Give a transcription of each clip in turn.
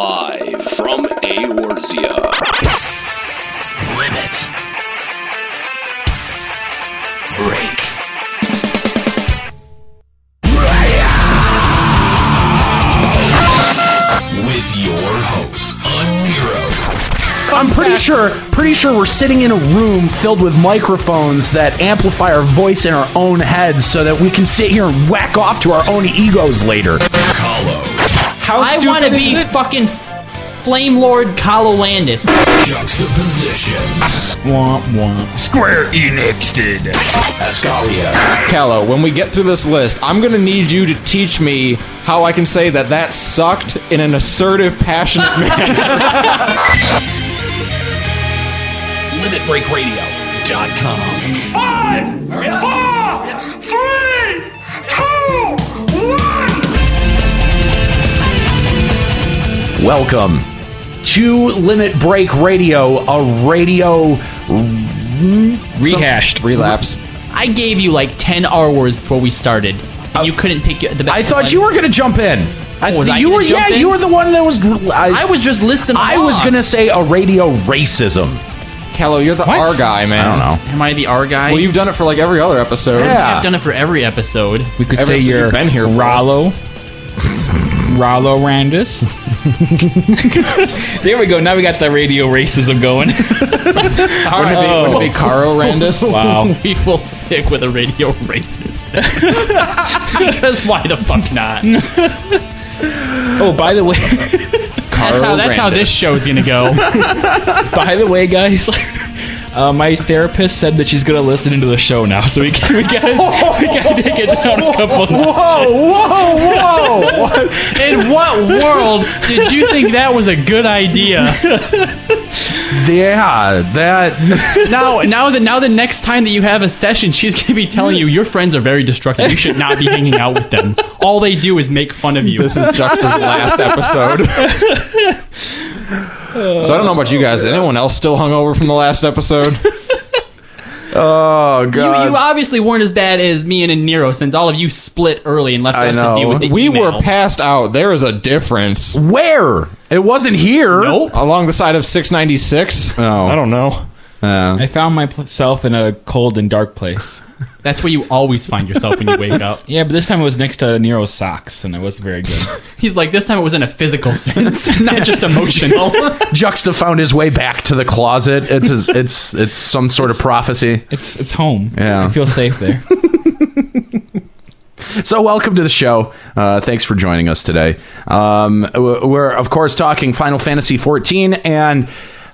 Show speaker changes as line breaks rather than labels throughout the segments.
Live from Aorzia.
Rivet. Break. With your hosts, Unhero,
I'm pretty sure, pretty sure we're sitting in a room filled with microphones that amplify our voice in our own heads so that we can sit here and whack off to our own egos later.
Hollow,
How
I
stupid
want to
is
be
it?
fucking Flame Lord Calolandis.
Juxtaposition,
Womp womp.
Escalia,
Callow, when we get through this list, I'm gonna need you to teach me how I can say that that sucked in an assertive, passionate manner.
LimitBreakRadio.com.
Five, four, three, two, one.
Welcome to Limit Break Radio, a radio.
Rehashed.
Relapse.
I gave you like 10 R words before we started. And you couldn't pick the best
I
one.
thought you were gonna jump in. I,
Oh, was I
you
gonna
were,
jump
yeah,
in?
you were the one that was. I,
I was just listing them
I was
off.
gonna say a radio racism.
Callow, you're the R guy, man.
I don't
Oh.
know.
Am I the R guy?
Well, you've done it for like every other episode.
Yeah.
I've done it for every episode.
We could
Ever
say
since
you're
you've been here for-
Rollo. Rollo Randis. there we go. Now we got the radio racism going.
All right.
Oh.
Wouldn't it be Caro Randis?
wow.
We will stick with a radio racist. Because why the fuck not?
Oh, by the way,
That's how, that's how this show's gonna go.
by the way, guys. Uh, my therapist said that she's gonna listen into the show now, so we, we gotta we gotta take it down a couple.
Whoa, whoa, whoa!
In what world did you think that was a good idea?
yeah, that.
Now, now that now the next time that you have a session, she's gonna be telling you your friends are very destructive. You should not be hanging out with them. All they do is make fun of you.
This is Juxta's last episode. so I don't know about you
Uh,
guys. Anyone else still hung over from the last episode?
Oh god.
You, you obviously weren't as bad as me and Nero since all of you split early and left
I
us
know.
to deal with the
We
email.
were passed out. There is a difference.
Where? It wasn't here.
Nope.
Along the side of 696.
Oh.
I don't know.
I found myself in a cold and dark place.
That's where you always find yourself when you wake up.
Yeah, but this time it was next to Nero's socks, and it wasn't very good.
He's like, this time it was in a physical sense, not just emotional.
Juxta found his way back to the closet. It's his, it's it's some sort of prophecy.
It's it's home.
Yeah.
I feel safe there.
So welcome to the show. Uh, thanks for joining us today. Um, w- we're of course talking Final Fantasy 14 and.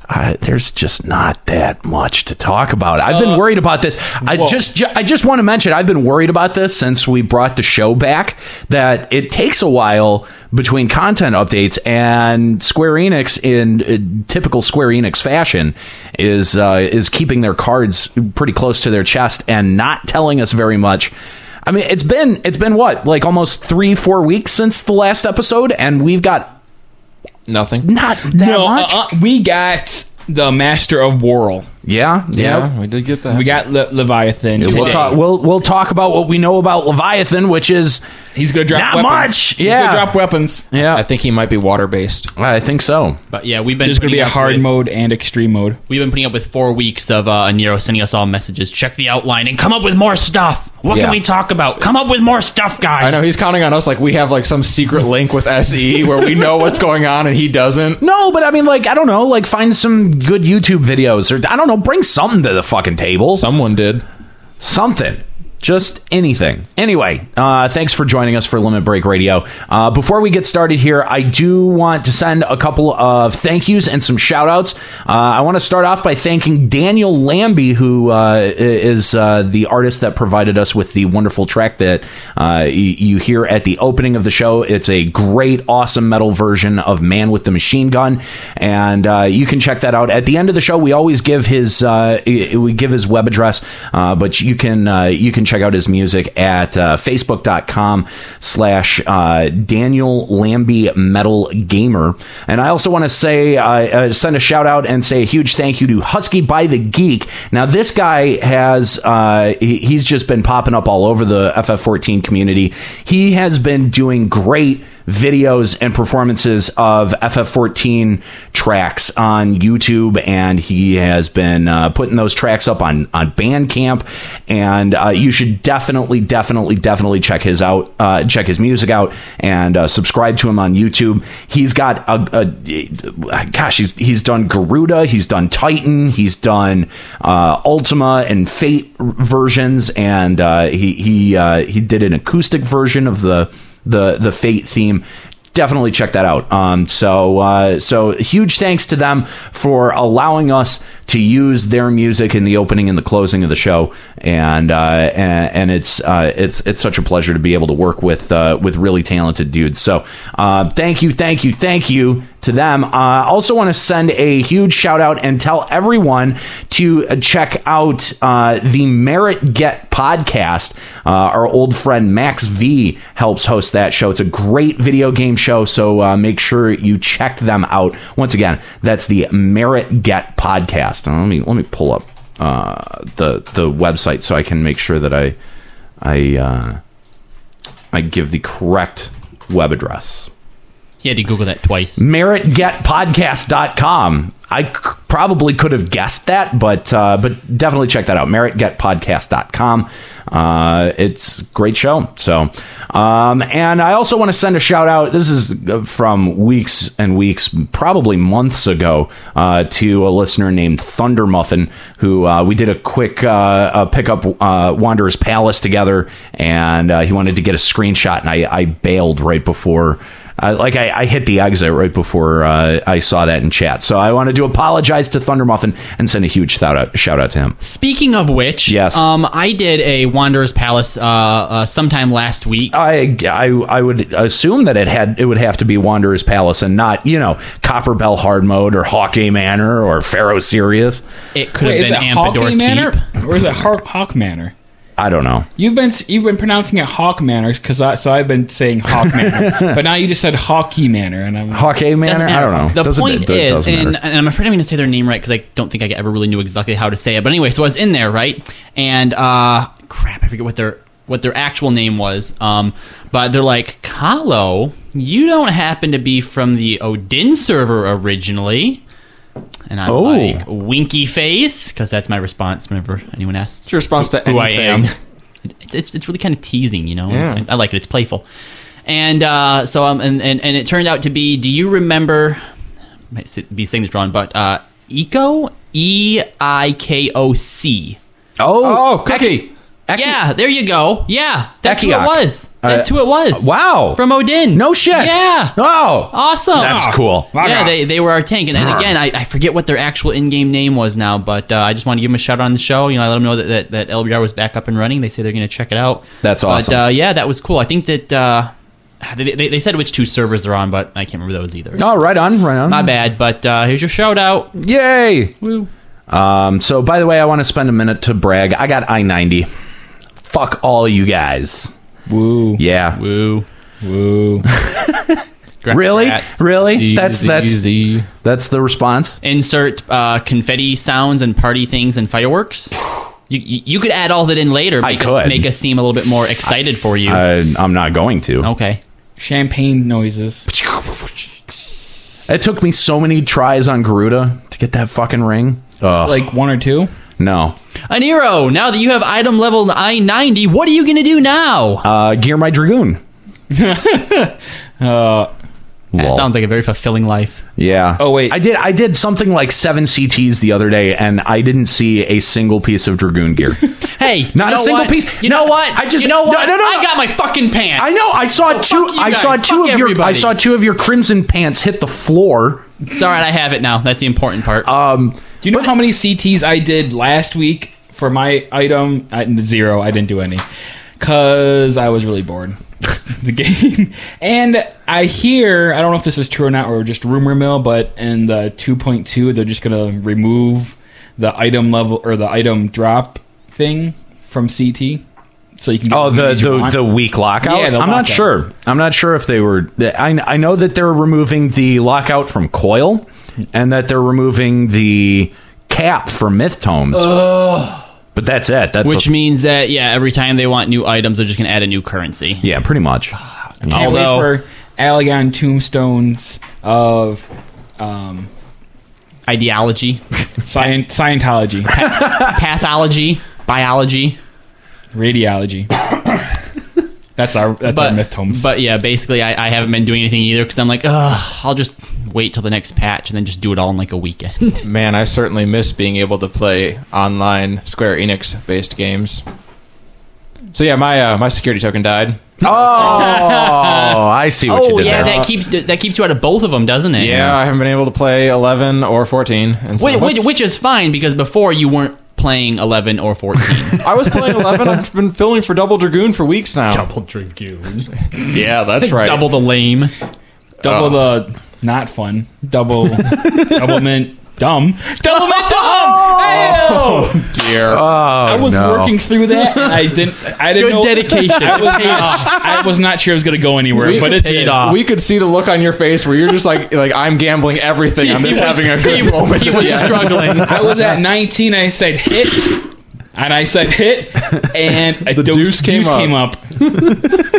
Uh, there's just not that much to talk about. I've been worried about this. I
whoa.
just, ju- I just want to mention I've been worried about this since we brought the show back. That it takes a while between content updates, and Square Enix, in uh, typical Square Enix fashion, is uh, is keeping their cards pretty close to their chest and not telling us very much. I mean, it's been it's been what like almost three four weeks since the last episode, and we've got
Nothing.
not that much.
uh, uh, we got the Master of Whirl.
yeah,
Yeah, we did get that.
We got Le- Leviathan.
We'll
today.
talk. We'll we'll talk about what we know about Leviathan, which is
He's gonna drop
Not
weapons.
much!
He's
Yeah.
gonna drop weapons.
I
yeah.
think he might be water based.
I think so.
But yeah, we've been
There's gonna be
putting
a
up
hard
with-
mode and extreme mode.
We've been putting up with four weeks of uh, Nero sending us all messages. Check the outline and come up with more stuff. What
Yeah.
can we talk about? Come up with more stuff, guys.
I know he's counting on us like we have like some secret link with SE where we know what's going on and he doesn't.
No, but I mean, like, I don't know, like, find some good YouTube videos, or I don't know, bring something to the fucking table,
Someone did.
something. Just anything. Anyway, uh, thanks for joining us for Limit Break Radio. Uh, before we get started here, I do want to send a couple of thank yous and some shout outs. Uh, I want to start off by thanking Daniel Lambie, who uh, i- is uh, the artist that provided us with the wonderful track that uh, y- you hear at the opening of the show. It's a great, awesome metal version of Man with the Machine Gun, and uh, you can check that out at the end of the show. We always give his uh, i- we give his web address, uh, but you can uh, you can check out his music at uh, facebook.com slash uh, Daniel Lambie Metal Gamer. And I also want to say uh, uh, send a shout out and say a huge thank you to Husky by the Geek. Now this guy has uh, he, he's just been popping up all over the FF14 community. He has been doing great videos and performances of FF14 tracks on YouTube, and he has been uh, putting those tracks up on on Bandcamp. And uh, you should definitely, definitely, definitely check his out, uh, check his music out, and uh, subscribe to him on YouTube. He's got a, a gosh, he's he's done Garuda, he's done Titan, he's done uh, Ultima and Fate versions, and uh, he he uh, he did an acoustic version of the the the Fate theme. Definitely check that out. Um, so uh, so huge thanks to them for allowing us to use their music in the opening and the closing of the show, and uh, and, and it's uh, it's it's such a pleasure to be able to work with uh, with really talented dudes. So uh, thank you, thank you, thank you to them. Uh, I also want to send a huge shout out and tell everyone to uh, check out uh, the Merit Get podcast. Uh, our old friend Max V helps host that show. It's a great video game show, so uh, make sure you check them out. Once again, that's the Merit Get podcast. And let me let me pull up uh, the the website so I can make sure that I I uh, I give the correct web address
He had to Google that twice.
Mm.
meritgetpodcast.com. I c- probably could have guessed that, but uh, but definitely check that out. meritgetpodcast.com. Uh, it's a great show. So, um, and I also want to send a shout out. This is uh, from weeks and weeks, probably months ago, uh, to a listener named Thunder Muffin, who uh, we did a quick uh, uh, pick up uh, Wanderer's Palace together, and uh, he wanted to get a screenshot, and I, I bailed right before. I, like I, I hit the exit right before uh, I saw that in chat, so I wanted to apologize to Thunder Muffin and send a huge shout out, shout out to him.
Speaking of which,
Yes.
um, I did a Wanderer's Palace uh, uh, sometime last week.
Uh,
I, I I would assume that it had it would have to be Wanderer's Palace and not you know Copper Bell Hard Mode or Hawkeye Manor or Pharaoh Sirius.
it could
Wait, is
have
it
been
Hawkeye
Ampidor
Manor
Keep.
or is it Hawk, Hawk Manor?
I don't know.
You've been you've been pronouncing it Hawk Manor because I, so I've been saying Hawk Manor, but now you just said Hawkeye Manor, and I'm
Hawkeye
Doesn't
Manor. I
matter.
don't know.
The
Doesn't-
point
it
is,
doesn't matter.
and, and I'm afraid I'm going to say their name right because I don't think I ever really knew exactly how to say it. But anyway, so I was in there, right? And uh, crap, I forget what their what their actual name was. Um, but they're like, Kalo, you don't happen to be from the Odin server originally. And I'm
Oh.
like, winky face, because that's my response whenever anyone asks
It's your response to
who I
anything.
am. It's, it's, it's really kind of teasing, you know.
Yeah.
I, I like it. It's playful. And uh, so um, and, and and it turned out to be. Do you remember? I might si- be saying this wrong, but uh, Eco E I K O C.
oh,
Oh, Cookie.
Eki-
Yeah, there you go. Yeah, that's who
Ekiok.
it was.
Uh,
That's who it was.
wow.
from Odin.
No shit.
Yeah.
Oh,
Awesome.
That's cool.
Yeah, they, they were our tank. And, and
Grr.
again, I, I forget what their actual in game name was now, but uh, I just want to give them a shout out on the show. You know, I let them know that, that, that LBR was back up and running. They say they're going to check it out.
That's awesome.
But uh, yeah, that was cool. I think that uh, they, they, they said which two servers they're on, but I can't remember those either.
Oh, right on, right on.
My bad, but uh, here's your shout out.
Yay!
Woo.
Um, so, by the way, I want to spend a minute to brag. I got I 90. Fuck all you guys.
woo
Yeah.
Woo.
woo.
Really?
Congrats.
Really? That's that's
easy.
that's the response.
Insert uh, confetti sounds and party things and fireworks. You, you, you could add all that in later.
I
Make
could.
Us, make us seem a little bit more excited for you.
I, I'm not going to.
okay.
Champagne noises.
It took me so many tries on Garuda to get that fucking ring. Ugh.
Like one or two.
no.
Aniro, now that you have item level I 90, what are you going to do now?
Uh, gear my dragoon.
Uh,
that
lol.
sounds like a very fulfilling life.
Yeah.
Oh, wait.
I did. I did something like seven CTs the other day, and I didn't see a single piece of dragoon gear.
Hey, you
Not a
know
single
what?
piece.
You
No,
know what?
I just-
you know
no,
what?
no, no, no.
I got my fucking pants.
I know. I saw
So
two.
fuck you
I saw
guys.
two
Fuck
of your. I
everybody.
saw two of your crimson pants hit the floor. um,
It's all right. I have it now. That's the important part.
do you know how many CTs I did last week for my item? I, zero. I didn't do any because I was really bored. the game, and I hear I don't know if this is true or not, or just rumor mill, but in the 2.2, they're just gonna remove the item level or the item drop thing from CT, so you can. Get
Oh,
as many
the
as you
the,
want.
the weak lockout.
Yeah, the
I'm not
lockout.
sure. I'm not sure if they were. I I know that they're removing the lockout from Coil, and that they're removing the cap for Myth Tomes. but that's it. That's
which
what-
means that, yeah, every time they want new items, they're just going to add a new currency.
yeah, pretty much.
Can't wait
Although-
for Allegon tombstones of um,
Ideology,
scient- Scientology,
pathology, biology.
radiology. That's our that's our myth tomes.
But yeah, basically, I, I haven't been doing anything either because I'm like, ugh, I'll just wait till the next patch and then just do it all in like a weekend.
Man, I certainly miss being able to play online Square Enix based games. So yeah, my uh, my security token died.
Oh, I see what you
oh
did
yeah,
there.
that keeps that keeps you out of both of them, doesn't it?
Yeah, I haven't been able to play 11 or 14. And so
Which, which, which is fine because before you weren't playing 11 or 14.
I was playing 11. I've been filming for Double Dragoon for weeks now.
Double drink you.
Yeah, that's right.
Double the lame.
double the not fun. Double double mint dumb. Double mint dumb. Ayo!
dear.
Uh.
I was
no.
working through that, and I didn't. I didn't
Good
know,
dedication.
I was, not, I was not sure it was going to go anywhere,
We-
but it
Paid
did.
off.
we could see the look on your face where you're just like, like I'm gambling everything on this having a good
he,
moment.
He was
Yeah.
struggling.
I was at 19. I said hit, and I said hit, and a
The deuce came up.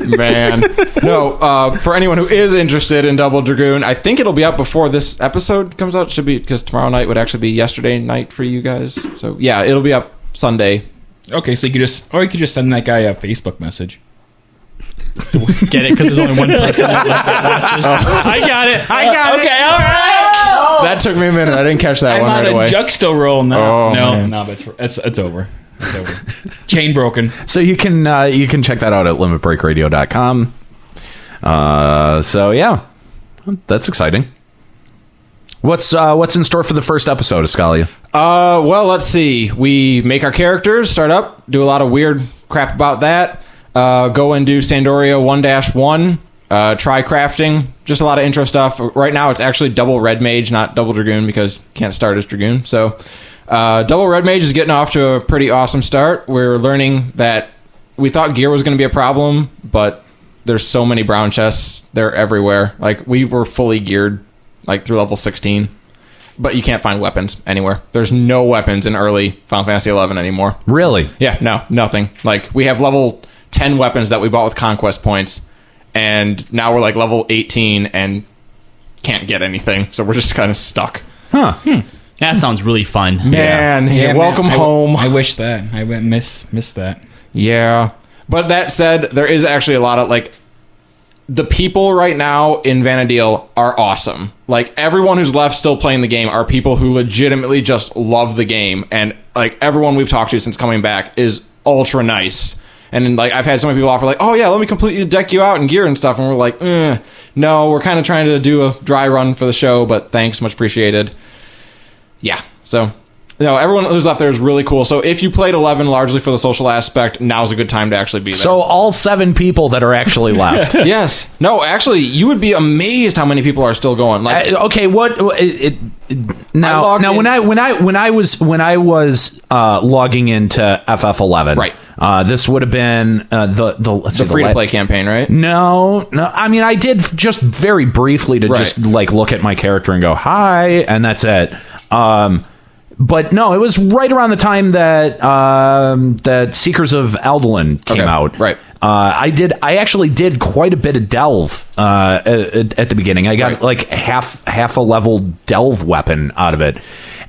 Man. No, uh, for anyone who is interested in Double Dragoon, I think it'll be out before this episode comes out. Should be because tomorrow night would actually be yesterday night for you guys. So yeah, it'll be up Sunday.
Okay, so you could just, or you could just send that guy a Facebook message.
Get it? Because there's only one person. I got it. I got it.
Oh, Okay, all right.
That took me a minute. I didn't catch that
I'm
one
on
right
a
away.
juxta roll now.
Oh,
no,
man.
no, that's it's it's over. It's over. Chain broken.
So you can uh, you can check that out at limitbreakradio.com. Uh, so yeah, that's exciting. What's uh, what's in store for the first episode, Ascalia?
Uh, well, let's see. We make our characters, start up, do a lot of weird crap about that. Uh, go and do Sandoria 1 1. Uh, try crafting, just a lot of intro stuff. Right now, it's actually double red mage, not double dragoon, because you can't start as dragoon. So, uh, double red mage is getting off to a pretty awesome start. We're learning that we thought gear was going to be a problem, but there's so many brown chests, they're everywhere. Like, we were fully geared, like, through level 16 but you can't find weapons anywhere. There's no weapons in early Final Fantasy XI anymore.
Really?
Yeah, no, nothing. Like we have level ten weapons that we bought with conquest points, and now we're like level eighteen and can't get anything. So we're just kind of stuck.
Huh?
That sounds really fun.
Man, yeah,
man,
welcome
I w-
home.
I wish that I went miss miss that.
Yeah. But that said, there is actually a lot of like the people right now in Vanadil are awesome. Like everyone who's left still playing the game are people who legitimately just love the game and like everyone we've talked to since coming back is ultra nice. And then, like I've had so many people offer like, "Oh yeah, let me completely deck you out in gear and stuff." And we're like, eh, "No, we're kind of trying to do a dry run for the show, but thanks, much appreciated." yeah so no everyone who's left there is really cool so if you played 11 largely for the social aspect now's a good time to actually be there
So all seven people that are actually left. Uh,
yes no actually you would be amazed how many people are still going like
Uh, okay, what it, it- it,
I
now?
logged
Now,
in-
when I when I when I was when I was uh, logging into FF11,
Right.
Uh, this would have been uh, the the let's
the
see,
free to
la-
play campaign right
No, no. I mean, I did f- just very briefly to
Right.
just like look at my character and go hi, and that's it. Um, but no, it was right around the time that um, that Seekers of Eldolin came
Okay,
out.
right.
Uh, I did. I actually did quite a bit of delve uh, at, at the beginning. I got
Right.
like half half a level delve weapon out of it,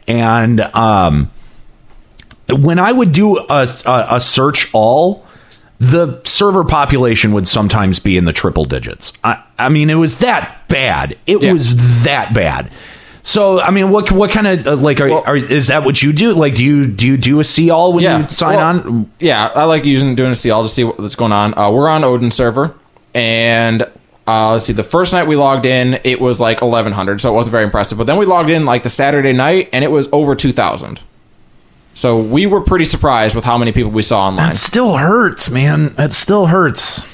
and um, when I would do a, a, a search all, the server population would sometimes be in the triple digits. I, I mean, it was that bad. It
Yeah.
was that bad. So, I mean, what what kind of uh, like are,
Well-
are is that what you do? Like, do you do you do a see all when you sign
Well,
on?
Yeah, I like using doing a CL to see what's going on. Uh, we're on Odin server, and uh, let's see. The first night we logged in, it was like eleven hundred, so it wasn't very impressive. But then we logged in like the Saturday night, and it was over two thousand. So we were pretty surprised with how many people we saw online.
It still hurts, man. It still hurts.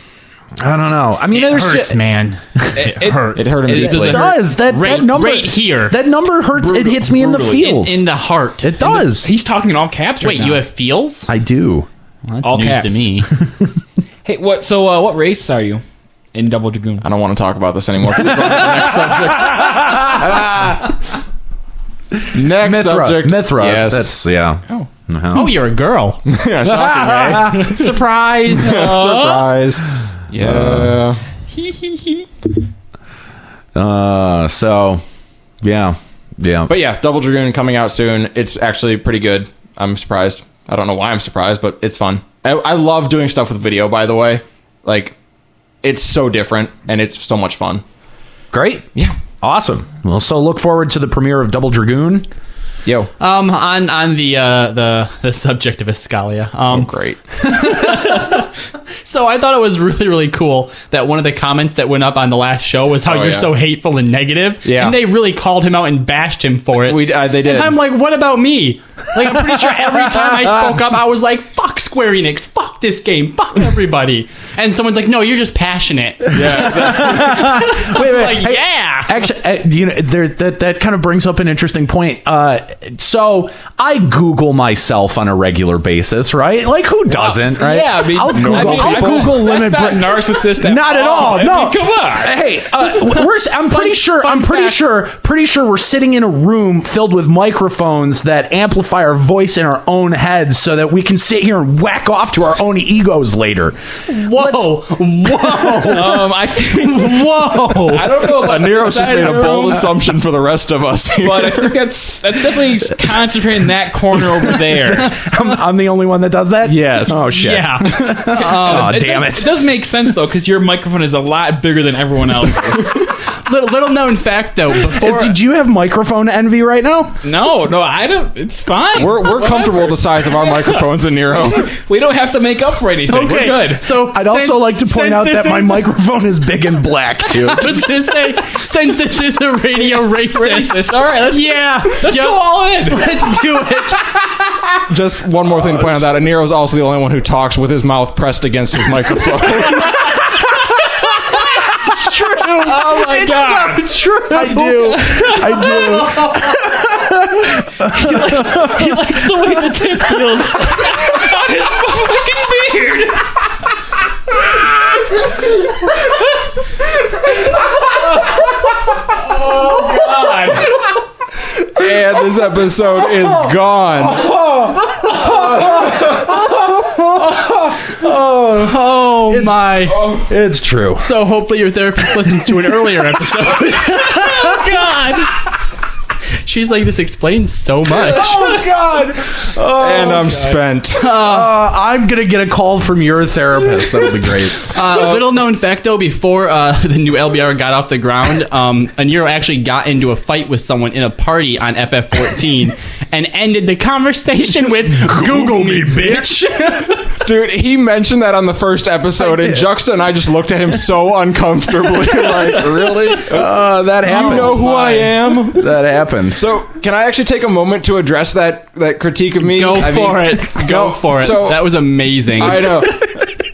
I don't know. I mean,
It
there's
hurts,
ju-
man. It, hurts.
it hurt him
It
deeply.
It
doesn't-
does that,
Right-
that number
right here.
That number hurts. it hits me in the
In-
feels.
In, the heart.
it does.
He's talking in all caps right
Wait,
now.
you have feels?
I do.
Well, that's
All
news
caps.
to me.
Hey, what? So, uh, what race are you in Double Dragoon?
I don't want to talk about this anymore. Next subject. Next
Mithra.
subject.
Mithra.
Yes.
That's yeah.
Oh,
Oh, you're a girl.
yeah, shocking, eh?
Surprise.
Surprise. Yeah.
Uh, so yeah, yeah.
But yeah, Double Dragoon coming out soon. It's actually pretty good. I'm surprised. I don't know why I'm surprised, but it's fun. I, I love doing stuff with video, by the way. Like, it's so different and it's so much fun.
great,
Yeah.
awesome. Well, so look forward to the premiere of Double Dragoon.
Yo.
Um, on on the uh, the the subject of Escalia. Um,
Great.
So I thought it was really, really cool that one of the comments that went up on the last show was how
Oh,
you're
yeah.
so hateful and negative.
Yeah.
And they really called him out and bashed him for it.
We- uh, they did.
And I'm like, what about me? Like, I'm pretty sure every time I spoke up, I was like, fuck Square Enix, fuck this game, fuck everybody. And someone's like, no, you're just passionate.
Wait, wait,
Like, yeah.
Actually, uh, you know, there, that that kind of brings up an interesting point. Uh, so I Google myself on a regular basis, right? Like, who doesn't, right?
Yeah, I mean,
will Google,
I mean,
I'll
I-
Google
that's
lemon
not
bread.
narcissist. At
Not at all.
I mean,
no,
come on.
Hey, uh, we're, I'm pretty sure. I'm pretty sure. Pretty sure we're sitting in a room filled with microphones that amplify our voice in our own heads, so that we can sit here and whack off to our own egos later.
Whoa. Whoa.
Um, I think,
Whoa.
I don't know about
Nero's just
outside
made a
room,
bold assumption for the rest of us. here.
but I think that's that's definitely concentrating that corner over there.
I'm, I'm the only one that does that.
Yes.
Oh shit.
Yeah.
Oh damn
Uh, does,
it.
does make sense though, because your microphone is a lot bigger than everyone else.
little, little known fact, though, before.
Did you have microphone envy right now?
no, no, I don't. It's fine.
We're, we're
Whatever.
comfortable with the size of our microphones in Nero.
We don't have to make up for anything.
Okay,
We're good.
So
I'd also
since-
like to point
since
out
this
that my
is-
microphone is big and black too.
I was gonna say, since this is a radio racist,
Racist. All right, let's,
yeah,
let's
yep,
go all in.
let's do it.
Just one more thing to point out that Nero's also the only one who talks with his mouth pressed against his microphone.
true. Oh my it's
God.
so true.
I do. I
He likes the way the tip feels on his fucking beard. oh
and this episode is gone.
Oh my.
do. It's true.
So hopefully your therapist listens to an earlier episode. Oh,
God. God.
She's like, this explains so much.
Oh God. Oh,
and I'm spent.
uh, I'm gonna get a call from your therapist. That'll be great.
Uh, little known fact though, before uh, the new LBR got off the ground, um, Aniro actually got into a fight with someone in a party on FF14 and ended the conversation with Google me, bitch.
Dude, he mentioned that on the first episode, and Juxta and I just looked at him so uncomfortably. like, really?
Uh, that
you
happened.
know who I am?
that happened.
So, can I actually take a moment to address that that critique of me?
Go
I mean-
for it. Go
No,
for it.
so-
that was amazing.
I know.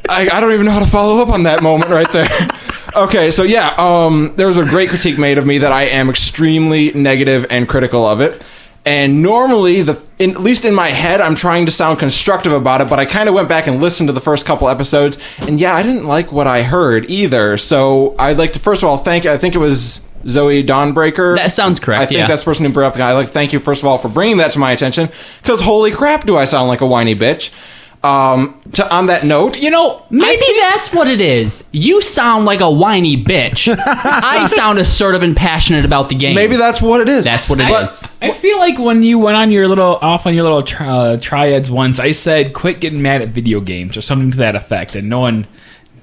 I, I don't even know how to follow up on that moment right there. Okay, so yeah, um, there was a great critique made of me that I am extremely negative and critical of it. And normally, the in, at least in my head, I'm trying to sound constructive about it. But I kind of went back and listened to the first couple episodes, and yeah, I didn't like what I heard either. So I'd like to first of all thank. I think it was Zoe Dawnbreaker.
That sounds correct,
I think
yeah.
that's the person who brought up the guy. Like, thank you first of all for bringing that to my attention. Because holy crap, do I sound like a whiny bitch? Um, to on that note,
You know, maybe that's what it is. You sound like a whiny bitch. I sound assertive and passionate about the game.
Maybe that's what it is.
that's what it is.
But-
I feel like when you went on your little off on your little tri- uh, triads once, I said quit getting mad at video games or something to that effect, and no one,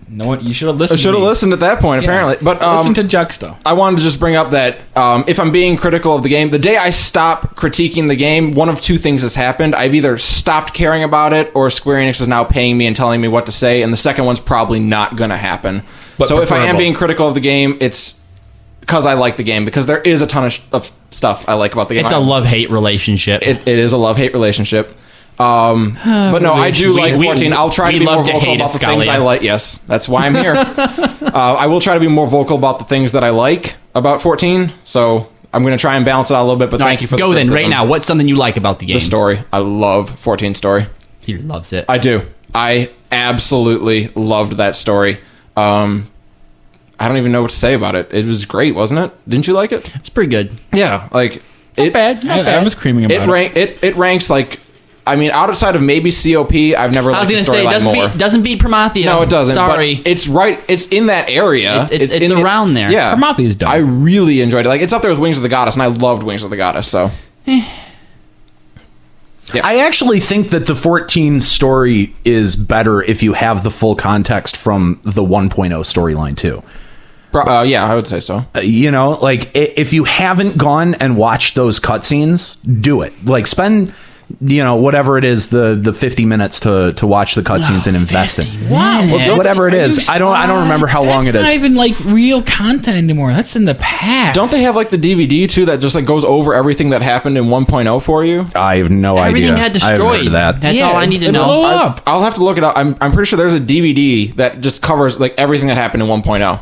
no one, you should have
I
listened.
should have
to me.
listened at that point, apparently. But um,
listen to Juxta.
I wanted to just bring up that um, if I'm being critical of the game, the day I stop critiquing the game, one of two things has happened. I've either stopped caring about it, or Square Enix is now paying me and telling me what to say, and the second one's probably not going to happen.
But
so if I am
preferable.
being critical of the game, it's because I like the game, because there is a ton of, sh- of stuff I like about the game.
it's
I-
a love hate relationship.
It, it is a love hate relationship. Um, but no, I do
Oh, we-
like
we-
14. I'll try to
we
be more
love to
vocal
hate
about the things
Escalia.
I like. Yes, that's why I'm here. uh, I will try to be more vocal about the things that I like about 14. So I'm going to try and balance it out a little bit. But
All
thank
right,
you for
go
the
then right
criticism.
now. What's something you like about the game?
The story. I love 14 story.
He loves it.
I do. I absolutely loved that story. Um, I don't even know what to say about it. It was great, wasn't it? Didn't you like it?
it's pretty good.
Yeah, like it.
Bad,
I, I was screaming about
it
it.
rank it, it ranks like I mean, outside of maybe COP, I've never
I was
liked the
gonna say it
storyline
doesn't
more.
beat, doesn't beat Promathia.
no, it doesn't. but
Sorry,
it's right. It's in that area.
It's- it's- it's
in the-
around there.
Yeah,
Prometheus done.
I really enjoyed it. Like it's up there with Wings of the Goddess, and I loved Wings of the Goddess. So
I actually think that the 14 story is better if you have the full context from the 1.0 storyline too.
pro- uh, yeah, I would say so.
Uh, You know, like i- if you haven't gone and watched those cutscenes, do it. Like spend you know whatever it is the the 50 minutes to to watch the cutscenes and invest in
Wow,
Well, don't- whatever it is. I don't- I don't remember how long it
That's
is.
not even like real content anymore. That's in the past.
Don't they have like the DVD too that just like goes over everything that happened in 1.0 for you?
i have no
everything
idea
got
I haven't heard
destroyed.
of that
That's all I need to
it
know.
blew
I-
up.
I'll have to look it up. I'm, I'm pretty sure there's a DVD that just covers like everything that happened in oh. 1.0.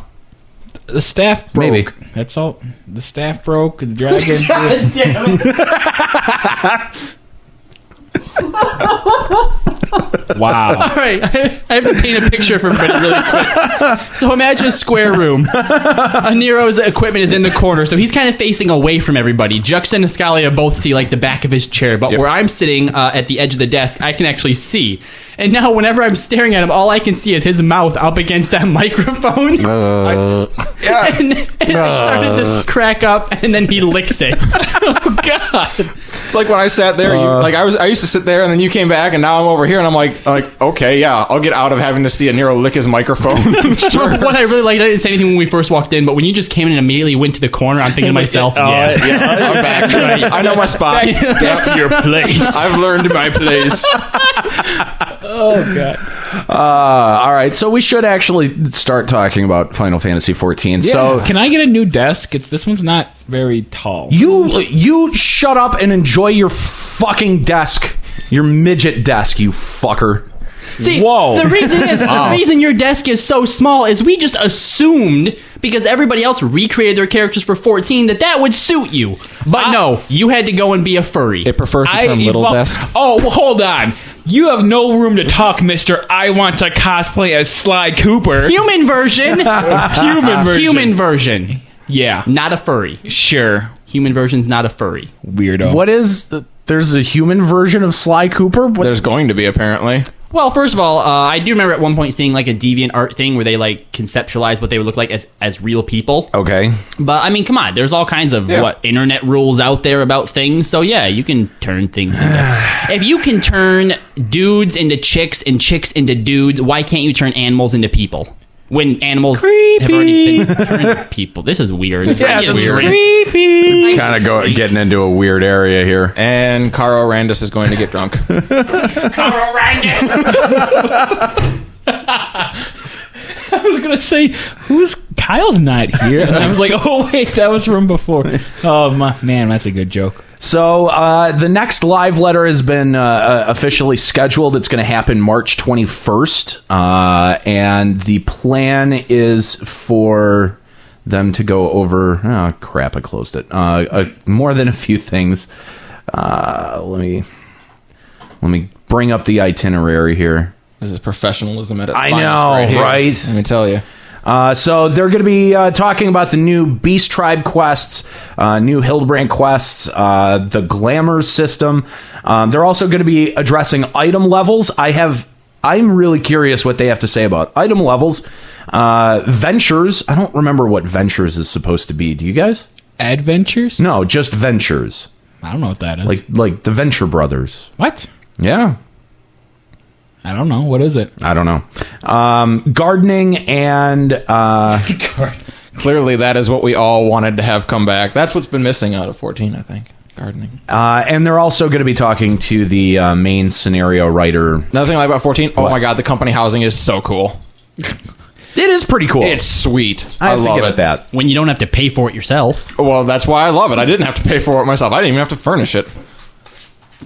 The staff broke.
Maybe.
That's all. The staff broke. The dragon. wow.
All right, I have to paint a picture for everybody really quick. So imagine a square room. Uh, Nero's equipment is in the corner, so he's kind of facing away from everybody. Jux and Escalia both see like the back of his chair, but where I'm sitting uh, at the edge of the desk, I can actually see. And now, whenever I'm staring at him, all I can see is his mouth up against that microphone. and and I started to crack up, and then he licks it. oh God!
It's like when I sat there, you, like I was, I used to sit there, and then you came back, and now I'm over here, and I'm like, like okay, yeah, I'll get out of having to see a Nero lick his microphone. sure.
What I really liked, I didn't say anything when we first walked in, but when you just came in and immediately went to the corner, I'm thinking to myself, yeah.
I'm back. I know my spot. Yep.
Your place.
I've learned my place.
Uh, all right so we should actually start talking about final fantasy 14 so
Can I get a new desk? It's, this one's not very tall.
You you shut up and enjoy your fucking desk, your midget desk, you fucker.
See,
Whoa.
the reason is the reason your desk is so small is we just assumed because everybody else recreated their characters for 14 that that would suit you. But
I-
no, you had to go and be a furry.
It prefers the term little
evolve-
desk.
Oh, well, hold on. You have no room to talk, Mister. I want to cosplay as Sly Cooper.
Human version.
Human version.
Human version.
Yeah.
Not a furry.
Sure.
Human version's not a furry.
Weirdo.
What is there's a human version of Sly Cooper? What,
There's going to be apparently.
Well, first of all, uh, I do remember at one point seeing like a deviant art thing where they like conceptualized what they would look like as as real people.
okay,
But I mean, come on, there's all kinds of
Yeah.
what internet rules out there about things. So yeah, you can turn things into If you can turn dudes into chicks and chicks into dudes, why can't you turn animals into people? When animals have already been turned into people. This is weird. Yeah,
this is kind of go getting into a weird area here.
And Caro Randus is going to get drunk.
I was gonna say, who's Kyle's not here? And I was like, oh wait, that was from before. Oh my, man, that's a good joke.
So uh, the next live letter has been uh, uh, officially scheduled. It's going to happen March 21st, uh, and the plan is for them to go over. Oh crap! I closed it. Uh, uh, more than a few things. Uh, let me let me bring up the itinerary here.
This is professionalism at its
I
finest
know,
right, here.
right?
Let me tell you.
Uh, so they're going to be uh, talking about the new Beast Tribe quests, uh, new Hildebrand quests, uh, the Glamour system. Um, they're also going to be addressing item levels. I have, I'm really curious what they have to say about item levels, uh, ventures. I don't remember what ventures is supposed to be. Do you guys?
Adventures?
No, just ventures,
I don't know what that is.
like like the Venture Brothers.
what?
Yeah,
I don't know. What is it?
I don't know. Um, gardening and uh,
Clearly, that is what we all wanted to have come back. That's what's been missing out of 14, I think. Gardening.
Uh, and they're also going to be talking to the uh, main scenario writer.
Another thing I like about 14, oh my god, the company housing is so cool.
It is pretty cool.
It's sweet.
I,
I,
have to
love
give
it.
it that.
When you don't have to pay for it yourself.
Oh.
Well, that's why I love it. I didn't have to pay for it myself. I didn't even have to furnish it.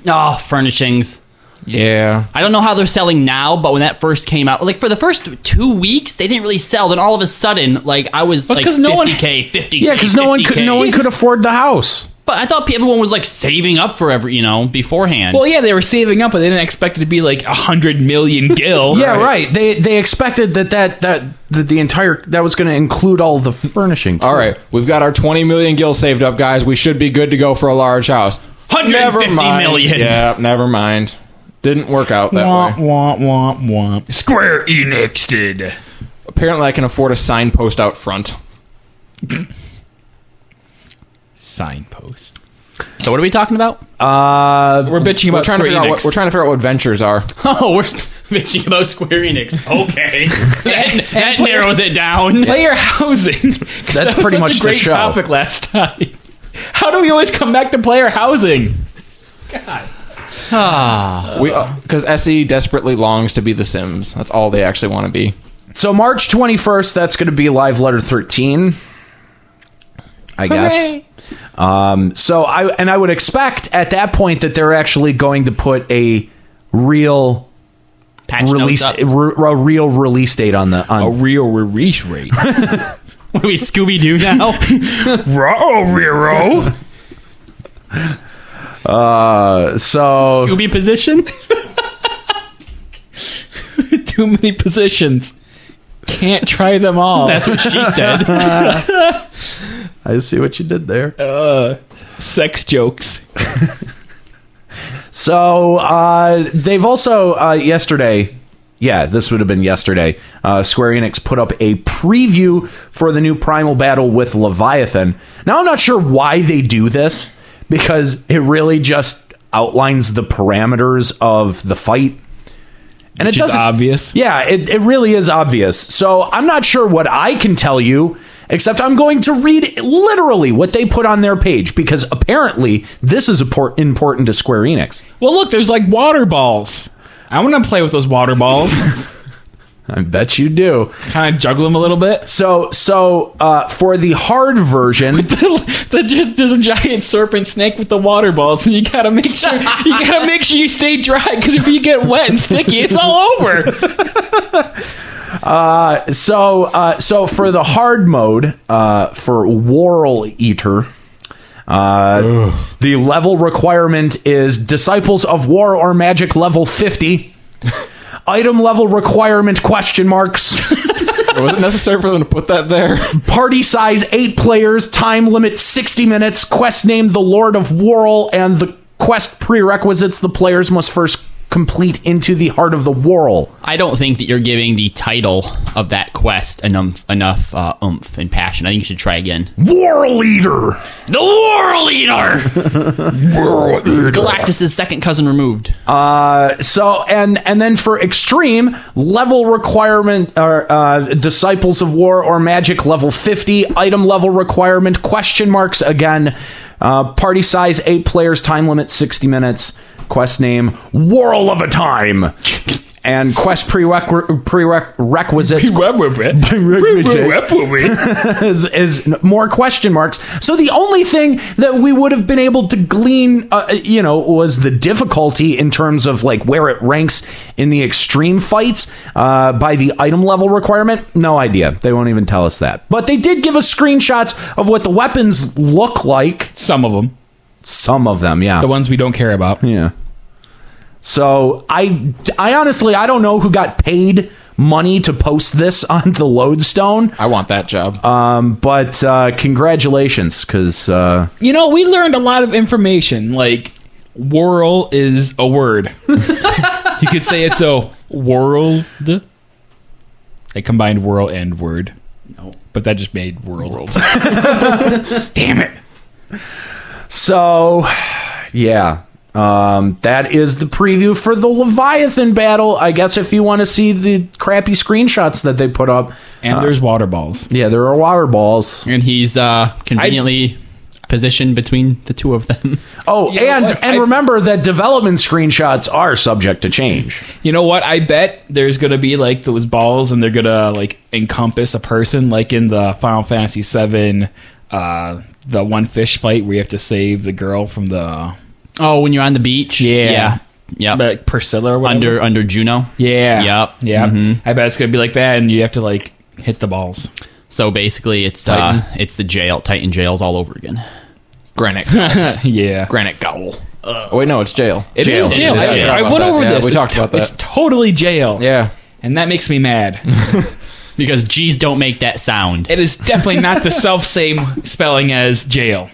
Oh, furnishings.
Yeah.
I don't know how they're selling now, but when that first came out, like for the first two weeks, they didn't really sell. Then all of a sudden, like I was
That's
like
'cause
50k,
no one-
50k.
Yeah, because no one could no one could afford the house.
But I thought everyone was like saving up for every, you know, beforehand.
Well, yeah, they were saving up, but they didn't expect it to be like a hundred million gil.
Yeah, right. They they expected that that that, that the entire that was going to include all the furnishing.
All right. We've got our 20 million gil saved up, guys. We should be good to go for a large house.
150
Never mind.
million.
Yeah, never mind. Didn't work out that
Womp,
way.
womp, womp, womp. Square Enix did.
Apparently, I can afford a signpost out front.
Signpost.
So what are we talking about?
Uh,
We're bitching
We're trying, to
about Square
figure out what,
Enix.
we're trying to figure out what ventures are.
Oh, we're bitching about Square Enix. Okay, that, that
player-
narrows it down.
Player housing. 'Cause that was
pretty
such
much the
a great
show.
topic last time. How do we always come back to player housing?
Because SE E desperately longs to be The Sims. That's all they actually want to be.
so March 21st, that's going to be live letter 13. I guess. Um, so I and I would expect at that point that they're actually going to put a real
Patch notes
release
up.
a, re- a real release date on the on
real release rate.
What are we Scooby Doo now?
Raw Rero.
so
Scooby position?
Too many positions. Can't try them all.
That's what she said.
I see what you did there.
sex jokes.
So uh, they've also uh, yesterday, yeah, this would have been yesterday. Uh, Square Enix put up a preview for the new Primal Battle with Leviathan. Now I'm not sure why they do this because it really just outlines the parameters of the fight, and it
Which is
doesn't
obvious.
yeah, it, it really is obvious. So I'm not sure what I can tell you, except I'm going to read literally what they put on their page because apparently this is impor- important to Square Enix.
Well, look, there's like water balls. I want to play with those water balls.
I bet you do.
kind of juggle them a little bit.
So, so uh, for the hard version,
that just there's a giant serpent snake with the water balls, and you gotta make sure you gotta make sure you stay dry because if you get wet and sticky, it's all over.
so uh, so for the hard mode uh, for Warl Eater, uh, the level requirement is Disciples of War or Magic level fifty. Item level requirement question marks.
It wasn't necessary for them to put that there.
Party size eight players. Time limit sixty minutes. Quest named the Lord of Warl and the quest prerequisites the players must first complete into the heart of the Warl.
I don't think that you're giving the title of that quest enough enough uh, oomph and passion. I think you should try again.
Warl Eater.
The War Leader, Galactus's second cousin removed.
so and and then for extreme level requirement or uh, disciples of war or magic level 50 item level requirement question marks again uh, party size 8 players time limit 60 minutes quest name whirl of a time and quest prerequisites prerequisites is, is more question marks. So the only thing that we would have been able to glean, uh, you know, was the difficulty in terms of like where it ranks in the extreme fights uh, by the item level requirement. No idea. They won't even tell us that. But they did give us screenshots of what the weapons look like.
Some of them,
Some of them, yeah.
the ones we don't care about.
Yeah. So I, I honestly, I don't know who got paid money to post this on the lodestone
I want that job.
but uh, congratulations, because uh,
You know, we learned a lot of information. Like, whirl is a word. you could say it's a world. I combined whirl and word. No. But that just made world. Damn it.
so yeah, um, that is the preview for the Leviathan battle. I guess if you want to see the crappy screenshots that they put up,
And there's water balls.
yeah, there are water balls.
And he's uh, conveniently positioned between the two of them.
Oh,
know
and
what?
and
I-
remember that development screenshots are subject to change.
You know what? I bet there's gonna be like those balls, and they're gonna like encompass a person, like in the Final Fantasy VII, uh, the one fish fight where you have to save the girl from the
Oh, when you're on the beach.
Yeah.
Yeah. Yep.
like Priscilla or whatever.
Under under Juno.
yeah,
Yep.
yeah. I bet it's gonna be like that, and you have to like hit the balls.
So basically, it's
Titan.
uh, it's the jail Titan jails all over again.
granite. Gowl.
yeah,
granite gowl. Oh, wait, no, it's jail.
it
jail.
is jail.
It is
I-
jail.
I,
About
went
that.
over
Yeah,
this.
we
It's
talked
to-
about that.
It's totally jail.
Yeah.
and that makes me mad.
Because G's don't make that sound.
it is definitely not the self same spelling as jail.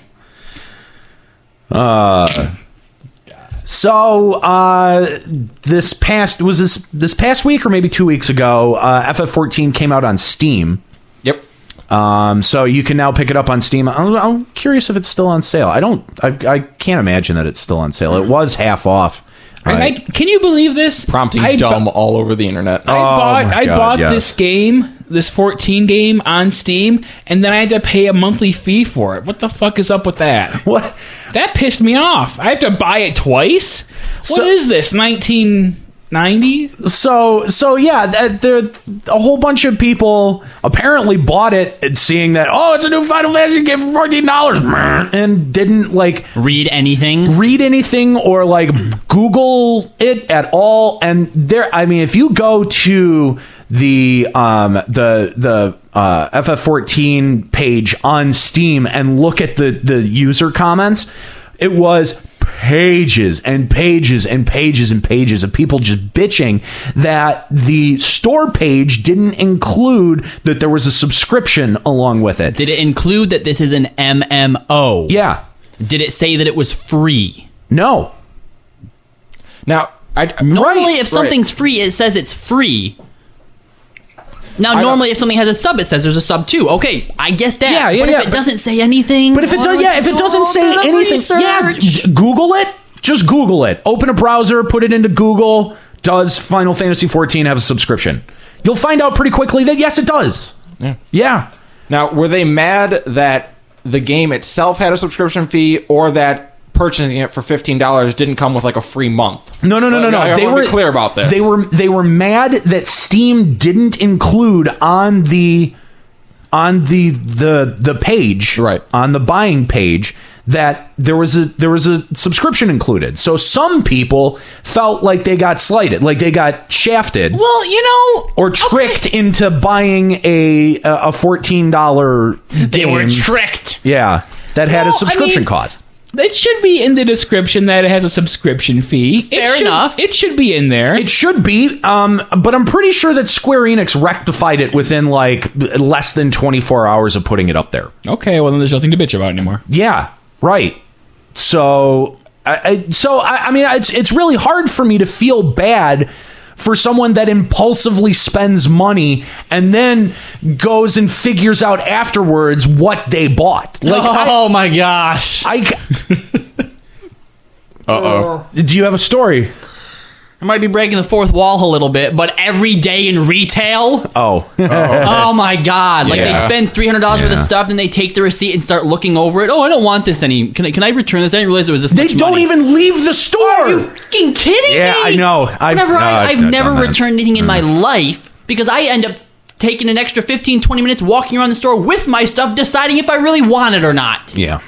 So uh, this past was this this past week or maybe two weeks ago, uh, FF14 came out on Steam.
Yep.
Um, so you can now pick it up on Steam. I'm, I'm curious if it's still on sale. I don't. I, I can't imagine that it's still on sale. It was half off.
And I,
Right.
can you believe this?
Prompting
I bu-
dumb Oh all over the internet.
I
my
bought I
God,
bought
yes.
this game, this 14 game on Steam, and then I had to pay a monthly fee for it. What the fuck is up with that?
what?
That pissed me off. I have to buy it twice.
So-
what is this? 1990?
So so yeah, that, there a whole bunch of people apparently bought it, and seeing that oh, it's a new Final Fantasy game for fourteen dollars, and didn't like
Read anything.
read anything or like Google it at all. And there, I mean, if you go to the um, the the uh, FF14 page on Steam and look at the the user comments, it was pages and pages and pages and pages of people just bitching that the store page didn't include that there was a subscription along with it.
Did it include that this is an MMO?
yeah.
Did it say that it was free?
No.
now, I,
Normally, if something's free, it says it's free. Now,
don't-
normally, if something has a sub, it says there's a sub too. Okay, I get that.
Yeah, yeah,
but if
yeah,
it
but-
doesn't say anything,
But if it
why
does,
would
yeah,
you
if it
do
doesn't
all
say
that
anything, yeah,
research?
g- Google it. Just Google it. Open a browser, put it into Google. Does Final Fantasy XIV have a subscription? You'll find out pretty quickly that yes, it does. Yeah.
Now, were they mad that the game itself had a subscription fee, or that purchasing it for fifteen dollars didn't come with like a free month?
No, no, no, no, no.
I, I
they
wanna
were
be clear about this.
They were they were mad that Steam didn't include on the on the the the page
Right.
on the buying page that there was a there was a subscription included. So some people felt like they got slighted, like they got shafted.
Well, you know,
or tricked into buying a a fourteen dollar game.
they were tricked.
yeah, that had
Well, I
a subscription
mean-
cost.
It should be in the description that it has a subscription fee. it
Fair
should,
enough.
It should be in there.
It should be, um, but I'm pretty sure that Square Enix rectified it within like less than 24 hours of putting it up there.
okay, well then there's nothing to bitch about anymore.
Yeah, right. So, I, I, so I, I mean, it's it's really hard for me to feel bad for someone that impulsively spends money and then goes and figures out afterwards what they bought. Like, I-
oh my gosh!
I. Uh oh. Do you have a story?
I might be breaking the fourth wall a little bit, but every day in retail,
Oh.
oh my god! Like
Yeah.
they spend three hundred dollars worth of stuff, and they take the receipt and start looking over it. Oh, I don't want this any. Can I? Can I return this? I didn't realize it was this.
they
much
don't
money.
even leave the store.
Are you fucking kidding
Yeah,
me?
I know. I've-
Whenever
no,
I,
I've
I've,
done
never
that. Mm.
returned anything in my life because I end up taking an extra 15, 20 minutes walking around the store with my stuff, deciding if I really want it or not.
yeah.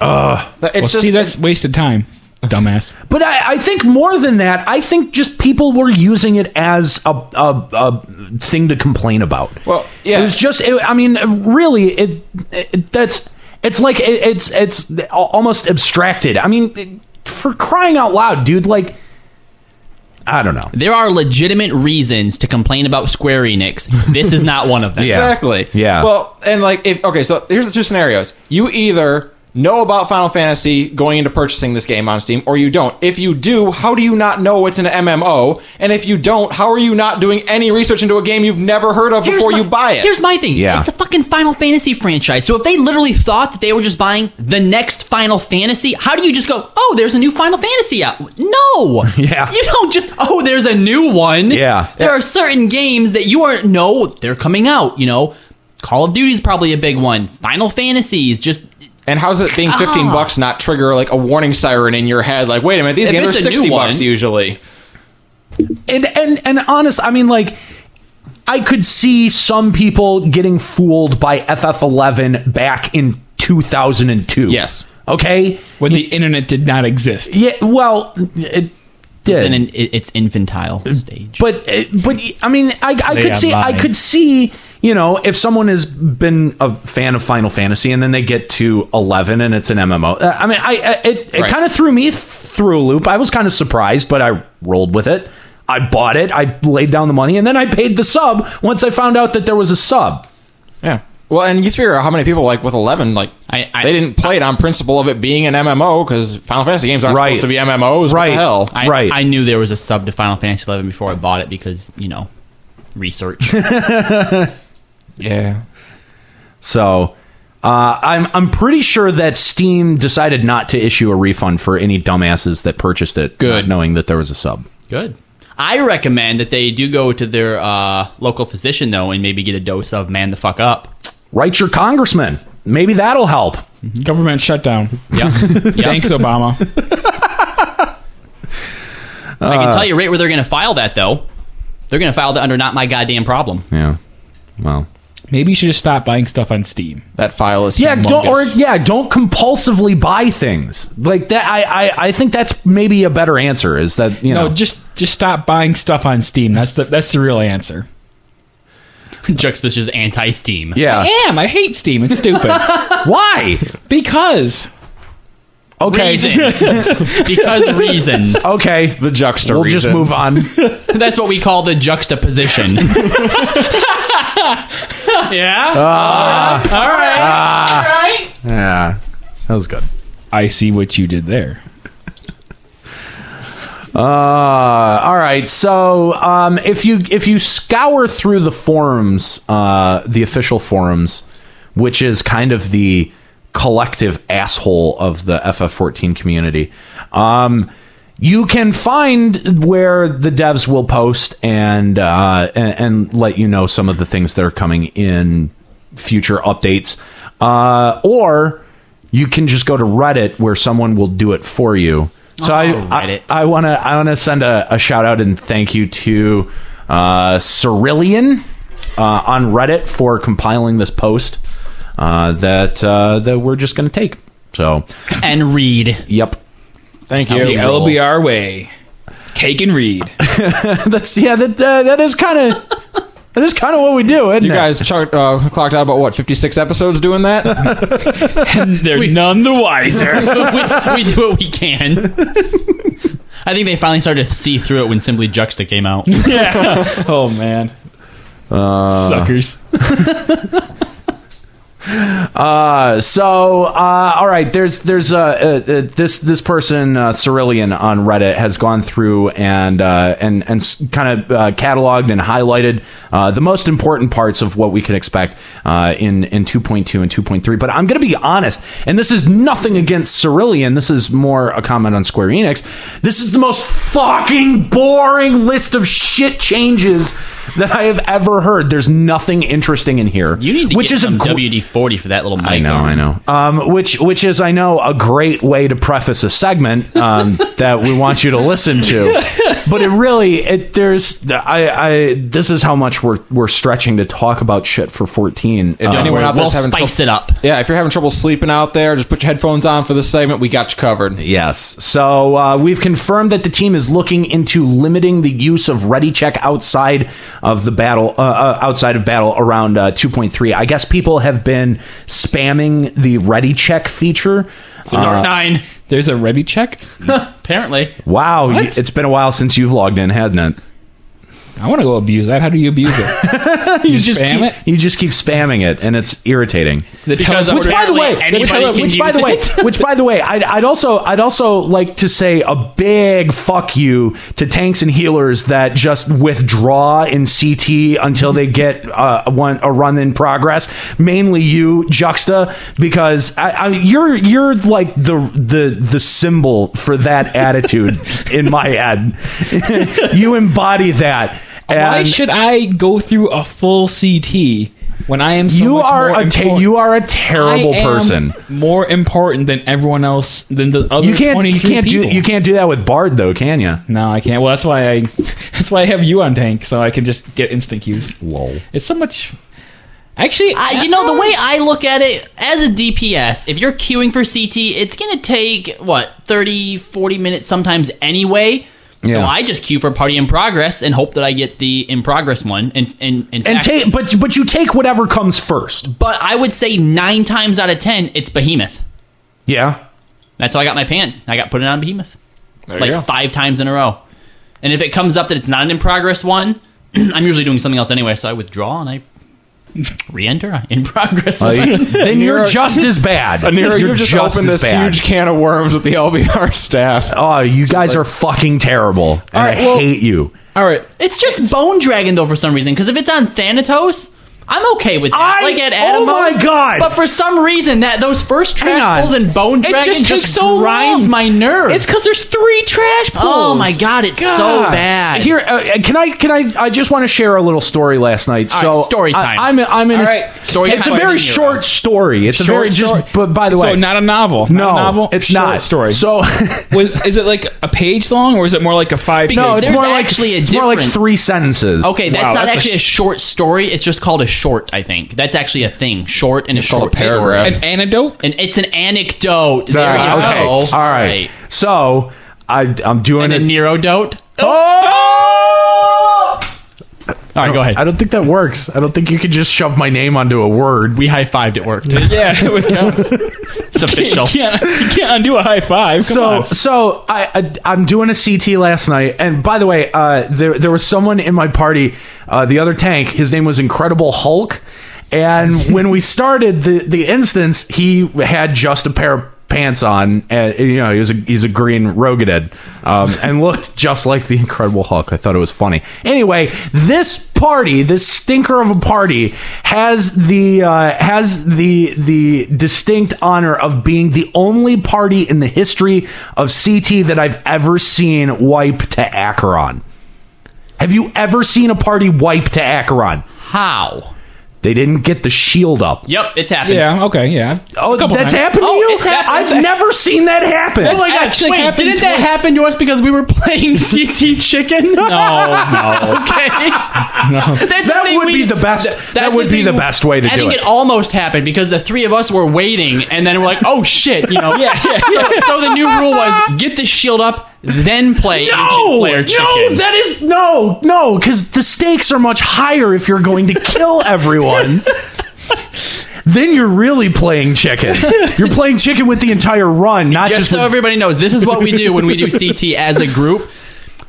It's
Well,
just
see, that's wasted time, dumbass.
But I, I think more than that, I think just people were using it as a, a, a thing to complain about.
Well, yeah.
It was just, it, I mean, really, it, it that's, it's like, it, it's, it's almost abstracted. I mean, for crying out loud, dude, like, I don't know.
There are legitimate reasons to complain about Square Enix. This is not one of them.
Yeah.
exactly.
Yeah.
Well, and like if okay, so here's the two scenarios. You either know about Final Fantasy going into purchasing this game on Steam, or you don't. If you do, how do you not know it's an MMO? And if you don't, how are you not doing any research into a game you've never heard of
Here's
before
my-
you buy it?
Here's my thing.
Yeah.
It's a fucking Final Fantasy franchise. So if they literally thought that they were just buying the next Final Fantasy, how do you just go, oh, there's a new Final Fantasy out? No.
Yeah.
You don't just, oh, there's a new one.
Yeah.
There are certain games that you aren't, no, they're coming out, you know. Call of Duty's probably a big one. Final Fantasies, just
And how's it being 15
Ah.
bucks not trigger like a warning siren in your head? Like, wait a minute, these
If
games
it's
are
a new
60
one-
bucks usually.
and and and honest, I mean, like, I could see some people getting fooled by FF11 back in 2002.
Yes.
Okay.
When the internet did not exist.
Yeah. Well, it
is
did.
in an, it- its infantile stage.
but but I mean, I, I
They
could
are
see, I
lying.
could see, you know, if someone has been a fan of Final Fantasy and then they get to eleven and it's an MMO. Uh, I mean, I, I it, it
Right.
kind of threw me th- through a loop. I was kind of surprised, but I rolled with it. I bought it. I laid down the money, and then I paid the sub once I found out that there was a sub.
Yeah. Well, and you figure out how many people like with eleven like
I- I-
they didn't play it on principle of it being an MMO because Final Fantasy games aren't
Right.
supposed to be MMOs. What
Right.
the hell?
I,
Right.
I knew there was a sub to Final Fantasy Eleven before I bought it because you know research.
yeah.
So uh, I'm I'm pretty sure that Steam decided not to issue a refund for any dumbasses that purchased it.
Good.
not knowing that there was a sub.
Good. I recommend that they do go to their uh, local physician though and maybe get a dose of man the fuck up.
Write your congressman. Maybe that'll help.
Government shutdown.
Yeah.
Thanks, Obama.
I can tell you right where they're going to file that though. They're going to file that under not my goddamn problem.
Yeah. Well.
Maybe you should just stop buying stuff on Steam.
That file is
Yeah, don't or
humongous.
yeah, don't compulsively buy things like that. I, I I think that's maybe a better answer. Is that you know
No, just just stop buying stuff on Steam. That's the that's the real answer.
Juxtaposition anti Steam.
yeah
Damn, I hate Steam. It's stupid.
why
because
okay Oh.
Reasons. because reasons.
okay
the juxta.
we'll just
reasons.
move on.
That's what we call the juxtaposition. yeah. All right. All right.
Yeah, that was good.
I see what you did there.
Uh, all right. So um, if you if you scour through the forums, uh, the official forums, which is kind of the collective asshole of the FF14 community, um, you can find where the devs will post and, uh, and and let you know some of the things that are coming in future updates, uh, or you can just go to Reddit where someone will do it for you. So I,
Reddit.
I I want to I want to send a, a shout out and thank you to uh, Cerulean uh, on Reddit for compiling this post uh, that uh, that we're just going to take. So,
And read.
yep,
Thank
Sounds
you.
The
Yeah, roll.
LBR way. Take and read.
that's yeah that uh, that is kind of that is kind of what we do. Isn't
You
it?
guys chart, uh, clocked out about what fifty six episodes doing that?
They're none the wiser.
we, we do what we can. I think they finally started to see through it when Simply Juxta came out.
yeah. Oh man. Suckers.
Uh, so uh, all right, there's there's uh, uh, uh, this this person uh, Cerulean on Reddit has gone through and uh, and and kind of uh, cataloged and highlighted uh, the most important parts of what we can expect uh, in in 2.2 and 2.3. But I'm going to be honest, and this is nothing against Cerulean. This is more a comment on Square Enix. This is the most fucking boring list of shit changes that I have ever heard. There's nothing interesting in here.
You need to
which
get
is
some
a gr-
WD forty for that little mic.
I know,
arm.
I know. Um, which, which is, I know, a great way to preface a segment um, that we want you to listen to. But it really, it there's, I, I, this is how much we're we're stretching to talk about shit for fourteen.
If
Um,
anyone out
We'll
there's having
spice it up.
yeah, if you're having trouble sleeping out there, just put your headphones on for this segment. We got you covered.
Yes. So uh, we've confirmed that the team is looking into limiting the use of Ready Check outside of the battle, uh, uh, outside of battle around uh, 2.3. I guess people have been spamming the Ready Check feature. uh,
Star nine.
There's a ready check.
Apparently,
Wow, y-
What?
it's been a while since you've logged in, hasn't it?
I want to go abuse that. How do you abuse it? you, just spam
keep,
it.
You just keep spamming it, and it's irritating.
The
Because
tele-
I
Which, by the way,
Apparently
which,
anybody can
which, by
use
the way,
it.
which, by the way, I'd, I'd also, I'd also like to say a big fuck you to tanks and healers that just withdraw in CT until they get uh, one a run in progress. Mainly you, Juxta, because I, I, you're you're like the the the symbol for that attitude in my head. you embody that.
Why
and-
should I go through a full CT when I am so
you
much
are
more
a ta-
important?
you are a
I
terrible
am
person.
more important than everyone else than the other
You can't you
23
can't
people.
do you can't do that with Bard though, can you?
No, I can't. Well, that's why I that's why I have you on tank so I can just get instant cues. Lol. It's so much. Actually, uh,
I, you know the way I look at it as a DPS. If you're queuing for CT, it's gonna take what 30, 40 minutes sometimes anyway. So
Yeah.
I just queue for party in progress and hope that I get the in progress one. And and
And
in fact-
take but but you take whatever comes first.
but I would say nine times out of ten, it's Behemoth.
Yeah.
That's how I got my pants. I got put it on Behemoth
There
like
you go.
five times in a row. And if it comes up that it's not an in progress one, I'm usually doing something else anyway, so I withdraw and I Re-enter in progress.
then you're
Nero-
just as bad.
Anira, you just, opened
as
this
bad.
huge can of worms with the LBR staff.
Oh, you guys are fucking terrible, and
right,
I
well-
hate you.
All right.
It's just Bone Dragon though for some reason because if it's on Thanatos, I'm okay with that.
I-
like at
oh
Atomos,
my God.
But for some reason that those first
Hang on.
trash pulls and Bone Dragon
just
just,
takes so
grinds
long.
my nerve.
It's because there's three trash pulls.
oh my god, it's so
God.
bad.
Here, uh, can I? Can I? I just want to share a little story last night.
All
so
right, story time.
I, am I'm in. A,
All
s-
right,
story
it's
time.
a very
Fighting
short story. It's a very
story.
just. But by the way,
so not a novel. Not
no
a novel.
It's
Short
not
story.
So
was is it like a page long or is it more like a five?
Because
no,
page?
it's
there's
more like
actually a
it's more like
difference.
three sentences. Uh,
Okay, that's
Wow,
not
that's a
actually a,
sh-
short story. It's just called a short. I think that's actually a thing. Short and a
called
short
a paragraph.
story.
an antidote.
And it's an anecdote. There
All
you
right, Ah, okay.
go.
All right. So I, I'm doing
And a
it.
nerodote.
oh!
All right, go ahead.
I don't think that works. I don't think you could just shove my name onto a word.
we high fived. It worked.
Yeah, it would count.
It's official.
You can't, you can't undo a high five. Come
so
on.
so I, I I'm doing a CT last night, and by the way, uh, there there was someone in my party, uh, the other tank. His name was Incredible Hulk, and when we started the the instance, he had just a pair. of Pants on, and you know he was a he's a green Rogaded, um, and looked just like the Incredible Hulk. I thought it was funny. Anyway, this party, this stinker of a party, has the uh, has the the distinct honor of being the only party in the history of CT that I've ever seen wipe to Acheron. Have you ever seen a party wipe to Acheron?
How?
They didn't get the shield up.
Yep, it's happened.
yeah, okay, yeah.
Oh, that's
times.
happened to
Oh,
you?
it's happened.
I've
It's-
never seen that happen. Oh my
Actually,
Wait,
happened
didn't
didn't
that
that happen to us because we were playing CT Chicken?
No, no.
Okay. That's
That
the thing
would be the best- that
that's
would be
thing-
the best way to
I
do
think
it.
it almost happened because the three of us were waiting, and then we're like, "Oh shit!" You know. yeah. So, so the new rule was get the shield up, then play ancient
No, no,
player chicken.
that is no, no, because the stakes are much higher if you're going to kill everyone. then you're really playing chicken. You're playing chicken with the entire run, not
just
just.
so
with-
everybody knows, this is what we do when we do CT as a group.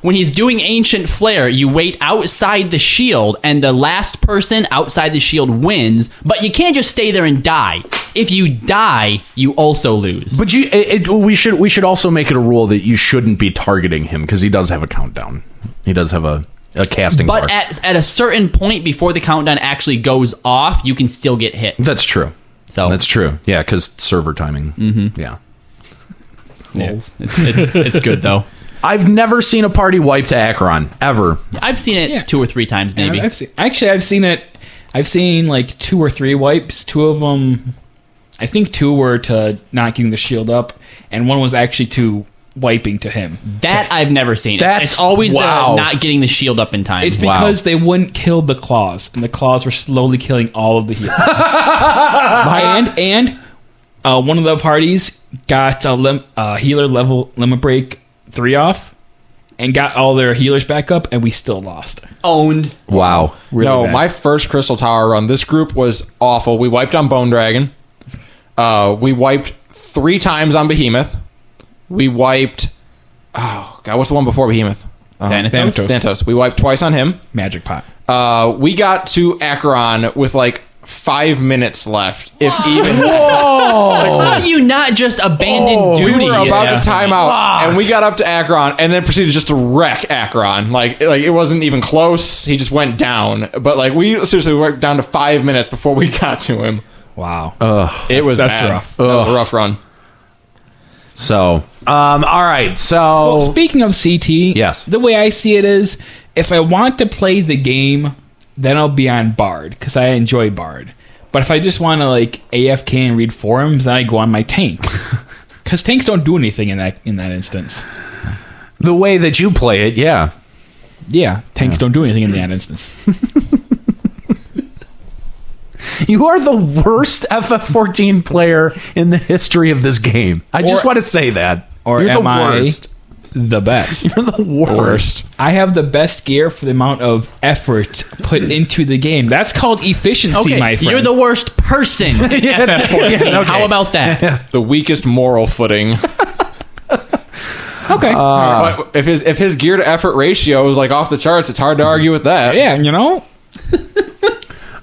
When he's doing ancient flare, you wait outside the shield, and the last person outside the shield wins. But you can't just stay there and die. If you die, you also lose.
but you, it, it- we should we should also make it a rule that you shouldn't be targeting him because he does have a countdown. He does have a, a casting.
But
bar.
at, at a certain point before the countdown actually goes off, you can still get hit.
that's true.
So
That's true. Yeah, because server timing. Mm-hmm. Yeah.
It's, it's, it's good though.
I've never seen a party wipe to Acheron ever.
I've seen it
Yeah.
two or three times maybe.
I've seen, actually, I've seen it. I've seen like two or three wipes. Two of them, I think two were to not getting the shield up, and one was actually to wiping to him.
that I've never seen. It's-
That's-
it's always the
wow.
not getting the shield up in time.
It's because they wouldn't kill the claws, and the claws were slowly killing all of the healers. and and uh, one of the parties got a lim- uh, healer level limit break three off, and got all their healers back up, and we still lost.
owned.
Wow.
Really
no,
bad.
my first Crystal Tower run. This group was awful. We wiped on Bone Dragon. Uh, we wiped three times on Behemoth. We wiped. Oh God, what's the one before Behemoth? Uh,
Thanatos?
Thanatos. We wiped twice on him.
magic pot.
Uh, we got to Acheron with like five minutes left, if even.
Oh.
How do you not just abandon duty?
We were
at
about
that
to time
point?
out, and we got up to Akron, and then proceeded just to wreck Akron. Like, like it wasn't even close. He just went down. But like, we seriously we were down to five minutes before we got to him.
Wow.
It was
That's
bad.
rough.
That was a rough run.
So, um, all right. So,
Well, speaking of CT,
Oh. Yes.
the way I see it is, if I want to play the game, then I'll be on Bard because I enjoy Bard. But if I just want to like AFK and read forums, then I go on my tank because tanks don't do anything in that in that instance.
the way that you play it, yeah.
Yeah, tanks don't do anything in that instance.
You are the worst FF14 player in the history of this game. I just
Or-
want to say that.
Or
You're
am
the
I
worst.
the best?
You're the worst.
I have the best gear for the amount of effort put into the game. That's called efficiency,
Okay,
my friend.
you're the worst person.
Yeah, yeah, okay.
How about that?
The weakest moral footing.
okay.
Uh,
but if his if his gear to effort ratio is like off the charts, it's hard to argue with that.
yeah, you know.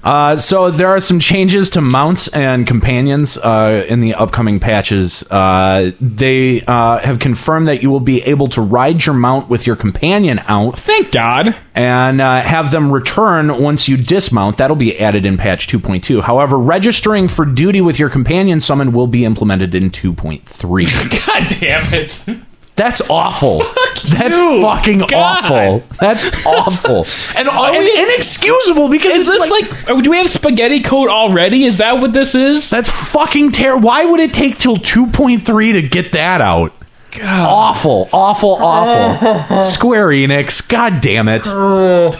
Uh, so there are some changes to mounts and companions uh, in the upcoming patches. Uh, they uh, have confirmed that you will be able to ride your mount with your companion out
Thank God.
and uh, have them return once you dismount. That'll be added in patch 2.2. However, registering for duty with your companion summon will be implemented in 2.3.
God damn it.
That's awful. That's
you.
fucking
God.
awful. That's awful. and, all- and inexcusable because
Is
it's
this like, do we have spaghetti code already? Is that what this is?
That's fucking terrible. Why would it take till 2.3 to get that out? Awful, awful, awful. Square Enix, god damn it.
I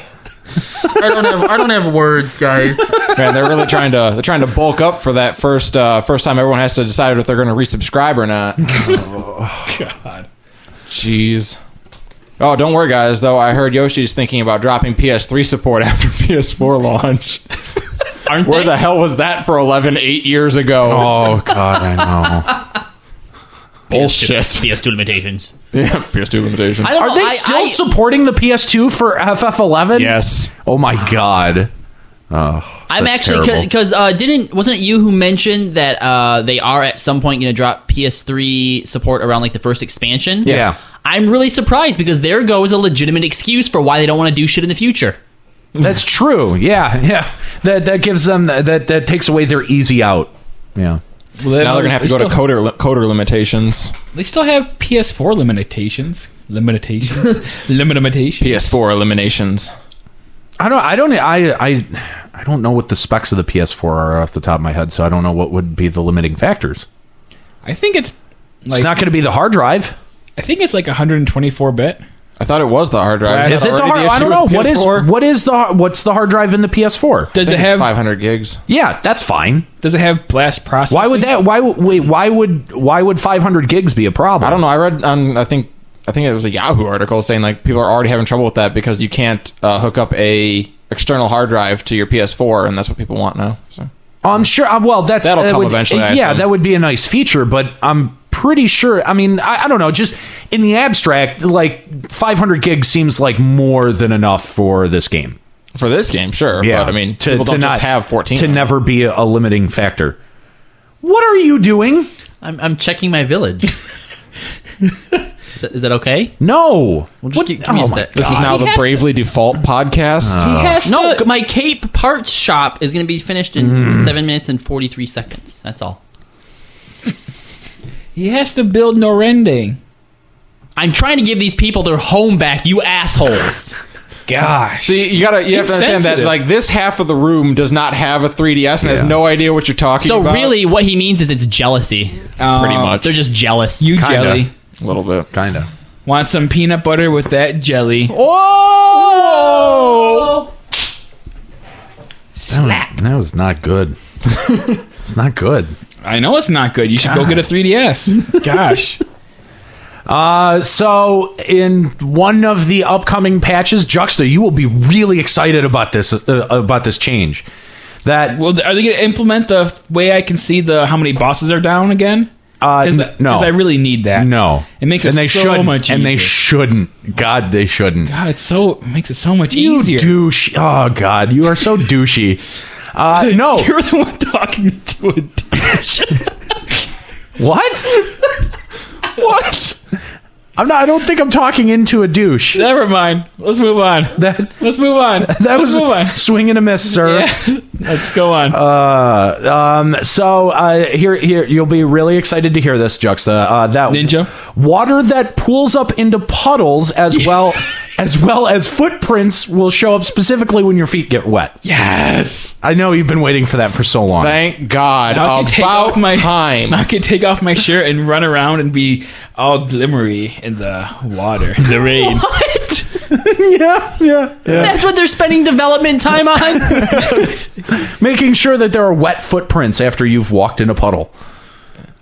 don't have I don't have words, guys.
Man, they're really trying to they're trying to bulk up for that first uh, first time everyone has to decide if they're going to resubscribe or not.
God.
Jeez. Oh, don't worry, guys. Though I heard Yoshi's thinking about dropping PS3 support after PS4 launch.
Aren't
Where
they?
the hell was that for 11, 8 years ago?
Oh god, I know.
bullshit.
PS2 limitations.
yeah, PS2 limitations.
I don't
Are
know,
they
I-
still
I-
supporting the PS2 for FF11?
Yes.
Oh my god.
I'm
That's
actually
terrible.
because uh, didn't wasn't it you who mentioned that uh, they are at some point going to drop PS3 support around like the first expansion?
Yeah.
I'm really surprised because there goes a legitimate excuse for why they don't want to do shit in the future.
That's true. Yeah, yeah. That that gives them that that takes away their easy out. Yeah.
Now they're going to have to go to coder li- coder limitations.
They still have PS4 limitations. Limitations. limitations.
PS4 eliminations.
I don't I don't I I I don't know what the specs of the PS4 are off the top of my head, so I don't know what would be the limiting factors.
I think it's
it's
like
not going to be the hard drive.
I think it's like 124 bit.
I thought it was the hard drive.
Is
Is it the
already
hard? I don't
issue
know.
with
What is
PS4?
what is the what's the hard drive in the PS4?
Does it
I think it's
have
500 gigs?
Yeah, that's fine.
does it have blast processing?
Why would that? Why would- wait? Why would why would 500 gigs be a problem?
I don't know. I read on I think I think it was a Yahoo article saying like people are already having trouble with that because you can't uh, hook up a external hard drive to your PS4, and that's what people want now. So.
I'm sure. uh, well, that's
That'll
that
come
would-
eventually, I
Yeah,
assume.
that would be a nice feature, but I'm pretty sure. I mean, I, I don't know. Just in the abstract, like 500 gigs seems like more than enough for this game.
For this game, sure.
Yeah,
but, I mean,
to,
people
to
don't
not
just have 14.
to never be a limiting factor. What are you doing?
I'm, I'm checking my village. is, that, is that okay?
No.
just
What-
give- give me a
oh my
sec.
This is
God.
now
He
the
has
Bravely Default podcast.
Uh.
No, my Cape Parts Shop is going to be finished in seven minutes and forty three seconds. That's all.
He has to build Norende.
I'm trying to give these people their home back, you assholes.
Gosh.
See, you gotta you have to understand that
Insensitive.
like this half of the room does not have a 3DS and has no idea what you're talking
so
about.
really, what he means is it's jealousy.
pretty much
They're just jealous.
You
Kinda.
jelly.
a little bit.
Kinda.
Want some peanut butter with that jelly.
That, that was not good. it's not good.
I know it's not good. You should go get a 3DS. Gosh.
Uh, so, in one of the upcoming patches, Juxta, you will be really excited about this uh, about this change. That
Well, are they going to implement the way I can see the how many bosses are down again?
uh,
Because
n- no,
I really need that.
no,
It makes
and
it
they
so
shouldn't,
much
and they
easier.
shouldn't. God, they shouldn't.
God, it's so it makes it so much
you
easier.
douche. Oh God, you are so douchey. Uh, no,
You're the one talking to a douche.
what? what? I'm not. I don't think I'm talking into a douche.
Never mind. Let's move on.
That
Let's move on.
that
Let's
was
move on.
swing and a Uh, miss, sir.
Yeah. Let's go on.
um, so uh, here, here you'll be really excited to hear this, Juxta. Uh, that
Ninja?
water that pools up into puddles, as well as well as footprints, will show up specifically when your feet get wet.
yes.
I know you've been waiting for that for so long.
Thank God Um,
Now I can take
about
off my-
time.
I could take off my shirt and run around and be all glimmery in the water, the rain.
What?
yeah, yeah, yeah.
That's what they're spending development time on.
Making sure that there are wet footprints after you've walked in a puddle.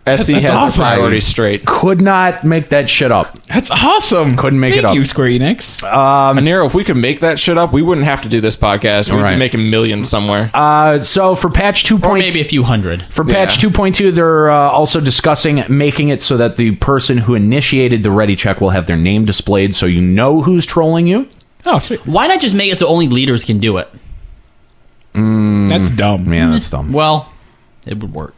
SE E has
awesome.
the priority straight.
Could not make that shit up.
That's awesome.
Couldn't make
Thank
it up. Mm,
you, Square Enix.
Um, Nero, if we could make that shit up, we wouldn't have to do this podcast. We'd
Right.
be making millions somewhere.
Uh, so for patch two
or maybe a few hundred.
For patch 2.2, they're uh, also discussing making it so that the person who initiated the ready check will have their name displayed so you know who's trolling you.
oh, sweet.
Why not just make it so only leaders can do it?
That's
mm,
dumb.
Yeah, that's dumb.
Well, it would work.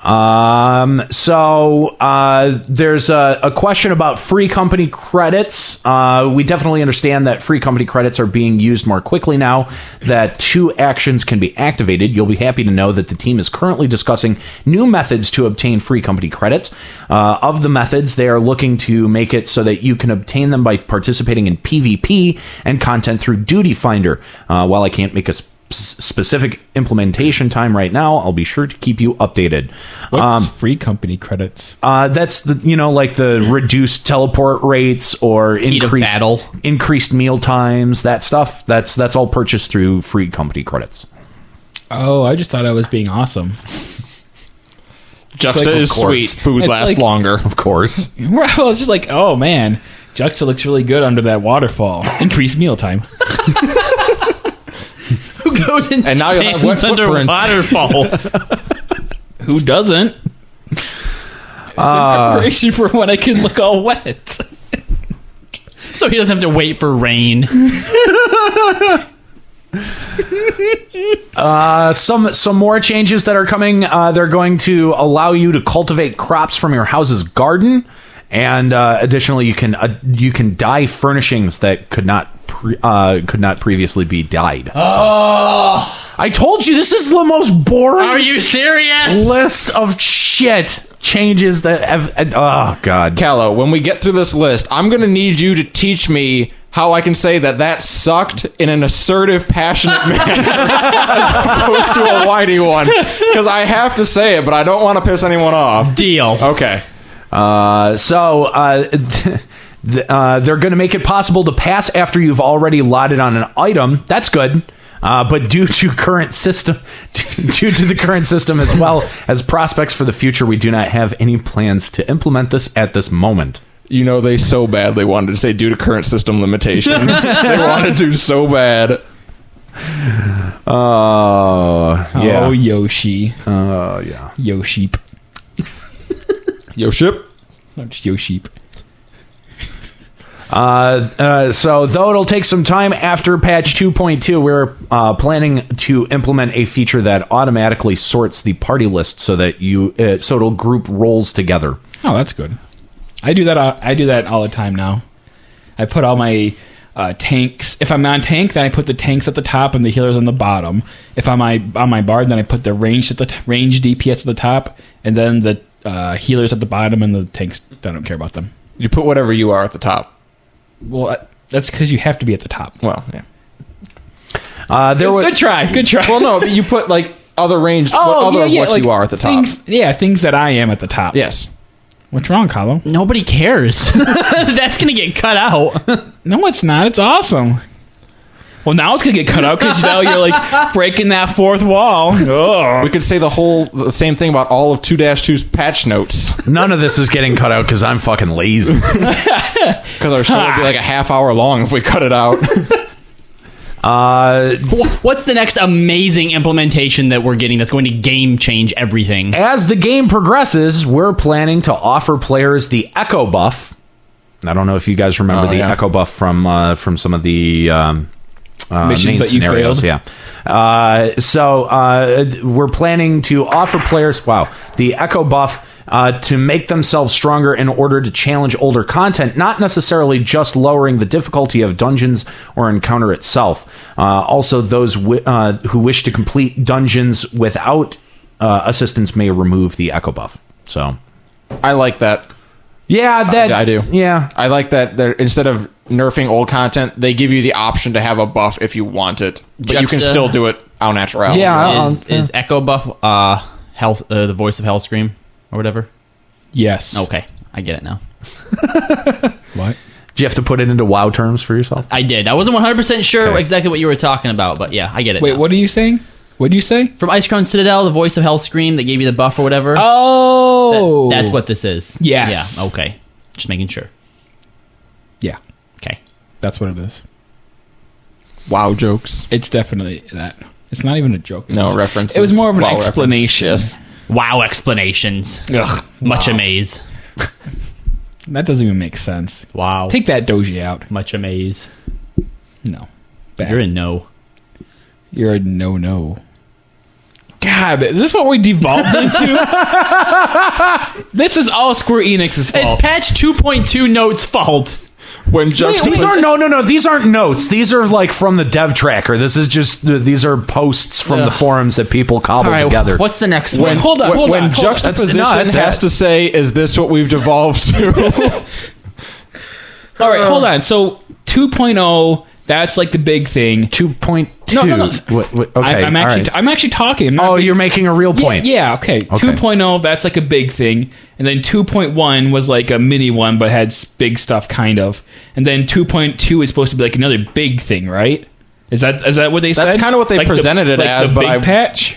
Um, so uh, there's a, a question about free company credits. Uh, we definitely understand that free company credits are being used more quickly now that two actions can be activated. You'll be happy to know that the team is currently discussing new methods to obtain free company credits. Uh, of the methods, they are looking to make it so that you can obtain them by participating in PvP and content through Duty Finder. Uh, while I can't make a sp- specific implementation time right now, I'll be sure to keep you updated. Um,
What's free company credits?
Uh, that's the you know like the reduced teleport rates or
Heat of
increased
battle.
increased meal times that stuff that's that's all purchased through free company credits.
Oh, I just thought I was being awesome.
Juxta
like, of
is
course.
sweet. Food
It's
lasts
like-
longer.
Of course,
Well, I was just like, oh man, Juxta looks really good under that waterfall. Increased meal time.
Who goes and
now you'll have wet
under
footprints.
waterfalls?
Who doesn't? It's in preparation for when I can look all wet.
so he doesn't have to wait for rain.
uh, some some more changes that are coming. Uh, they're going to allow you to cultivate crops from your house's garden, and uh, additionally, you can uh, you can dye furnishings that could not pre- uh, could not previously be dyed. Oh, I told you this is the most boring.
Are you serious?
list of shit changes that have. and- oh God.
Callow, when we get through this list, I'm going to need you to teach me how I can say that that sucked in an assertive, passionate manner as opposed to a whiny one. Because I have to say it, but I don't want to piss anyone off.
Deal.
Okay.
Uh, so uh, th- uh, they're going to make it possible to pass after you've already lotted on an item. That's good. Uh, but due to current system, due to the current system as well as prospects for the future, we do not have any plans to implement this at this moment.
You know, Oh, they so bad they wanted to say due to current system limitations. they wanted to so bad.
Oh yeah,
Oh, Yoshi.
oh yeah.
Yoshi. Oh,
Yo, ship.
Not just Yoshi.
Uh, uh, so though it'll take some time after patch 2.2 we're uh, planning to implement a feature that automatically sorts the party list so that you uh, so it'll group roles together
Oh, that's good. I do that. uh, I do that all the time now. I put all my uh, tanks. If I'm on tank, then I put the tanks at the top and the healers on the bottom. If I'm my, on my bard, then I put the range at the t- range DPS at the top, and then the uh, healers at the bottom and the tanks. I don't care about them.
You put whatever you are at the top.
Well, I- that's because you have to be at the top.
Well, yeah.
uh, there was
Good try. Good try.
Well, no, but you put like other range, what other what
Oh, like
you are at the top.
Things, yeah, things that I am at the top.
yes.
What's wrong, Colin?
Nobody cares. That's gonna get cut out.
No, it's not. It's awesome. Well, now it's gonna get cut out because now you're like breaking that fourth wall.
We could say the whole the same thing about all of 2-2's patch notes.
none of this is getting cut out because i'm fucking lazy
Because our show would be like a half hour long if we cut it out.
uh,
What's the next amazing implementation that we're getting that's going to game change everything?
Eh,
as the game progresses we're planning to offer players the echo buff i don't know if you guys remember
Oh,
the
yeah.
echo buff from uh, from some of the um, uh,
Missions
main
that you
scenarios,
failed?
Yeah. Uh, so uh, we're planning to offer players wow the echo buff uh, to make themselves stronger in order to challenge older content, not necessarily just lowering the difficulty of dungeons or encounter itself. Uh, also, those wi- uh, who wish to complete dungeons without uh, assistance may remove the echo buff. So
I like that.
yeah, that
I do.
Yeah,
I like that they're, instead of nerfing old content, they give you the option to have a buff if you want it. But you can
Juxta.
still do it au natural.
Yeah. Uh,
is,
uh,
is Echo Buff uh, Hell, uh, the voice of Hell Scream or whatever?
yes.
Okay, I get it now.
What?
do you have to put it into WoW terms for yourself?
I did. I wasn't 100 percent sure
Okay.
exactly what you were talking about, but yeah, I get it.
Wait,
now.
what are you saying? What do you say?
From Ice Crown Citadel, the voice of Hell Scream that gave you the buff or whatever. That-
Oh,
that's what this is.
Yes.
Yeah. Okay. Just making sure.
Yeah,
Okay.
that's what it is.
Wow jokes.
It's definitely that. It's not even a joke. It's-
No references.
It was more of an
Wow references.
explanation.
Yes.
Wow explanations.
Ugh,
Much amaze.
that doesn't even make sense.
Wow.
Take that Doji out.
much amaze.
No, Back.
You're in no.
You're a no no. God, is this what we devolved into? this is all Square Enix's fault.
It's patch 2.2 notes fault.
When
These
juxtaposed,
are no, no, no. These aren't notes. These are like from the dev tracker. This is just these are posts from the
Ugh.
forums that people cobble
All right,
together.
what's the next one?
when,
hold on,
when-
hold
when
on, hold on.
juxtaposition
That's- no, that's
has
it.
to say, "Is this what we've devolved to?"
all right, hold on. So 2.0, that's like the big thing.
two point two?
No, no, no.
What- what- okay,
I, I'm
all
actually
right.
I'm actually talking. I'm not
oh,
being-
you're making a real
Yeah,
point.
Yeah, okay. 2.0, that's like a big thing. And then 2.1 was like a mini one, but had s- big stuff, kind of. And then 2.2 is supposed to be like another big thing, right? Is that is that what they said?
That's kinda what they
Like the-
presented it
like
as,
the
but
big
I-
patch,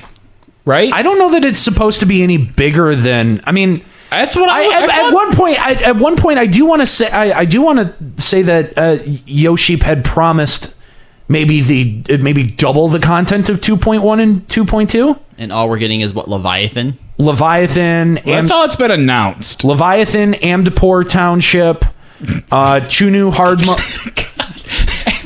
right?
I don't know that it's supposed to be any bigger than. I mean,
that's what I,
I,
I
at, at
thought-
one point, I, at one point, I do want to say, I, I do want to say that uh, Yoship had promised maybe the uh, maybe double the content of 2.1 and 2.2.
and all we're getting is what Leviathan.
Leviathan, Am-
That's all it's been announced.
Leviathan, Amdapur Township, uh, Chunu Hardmo.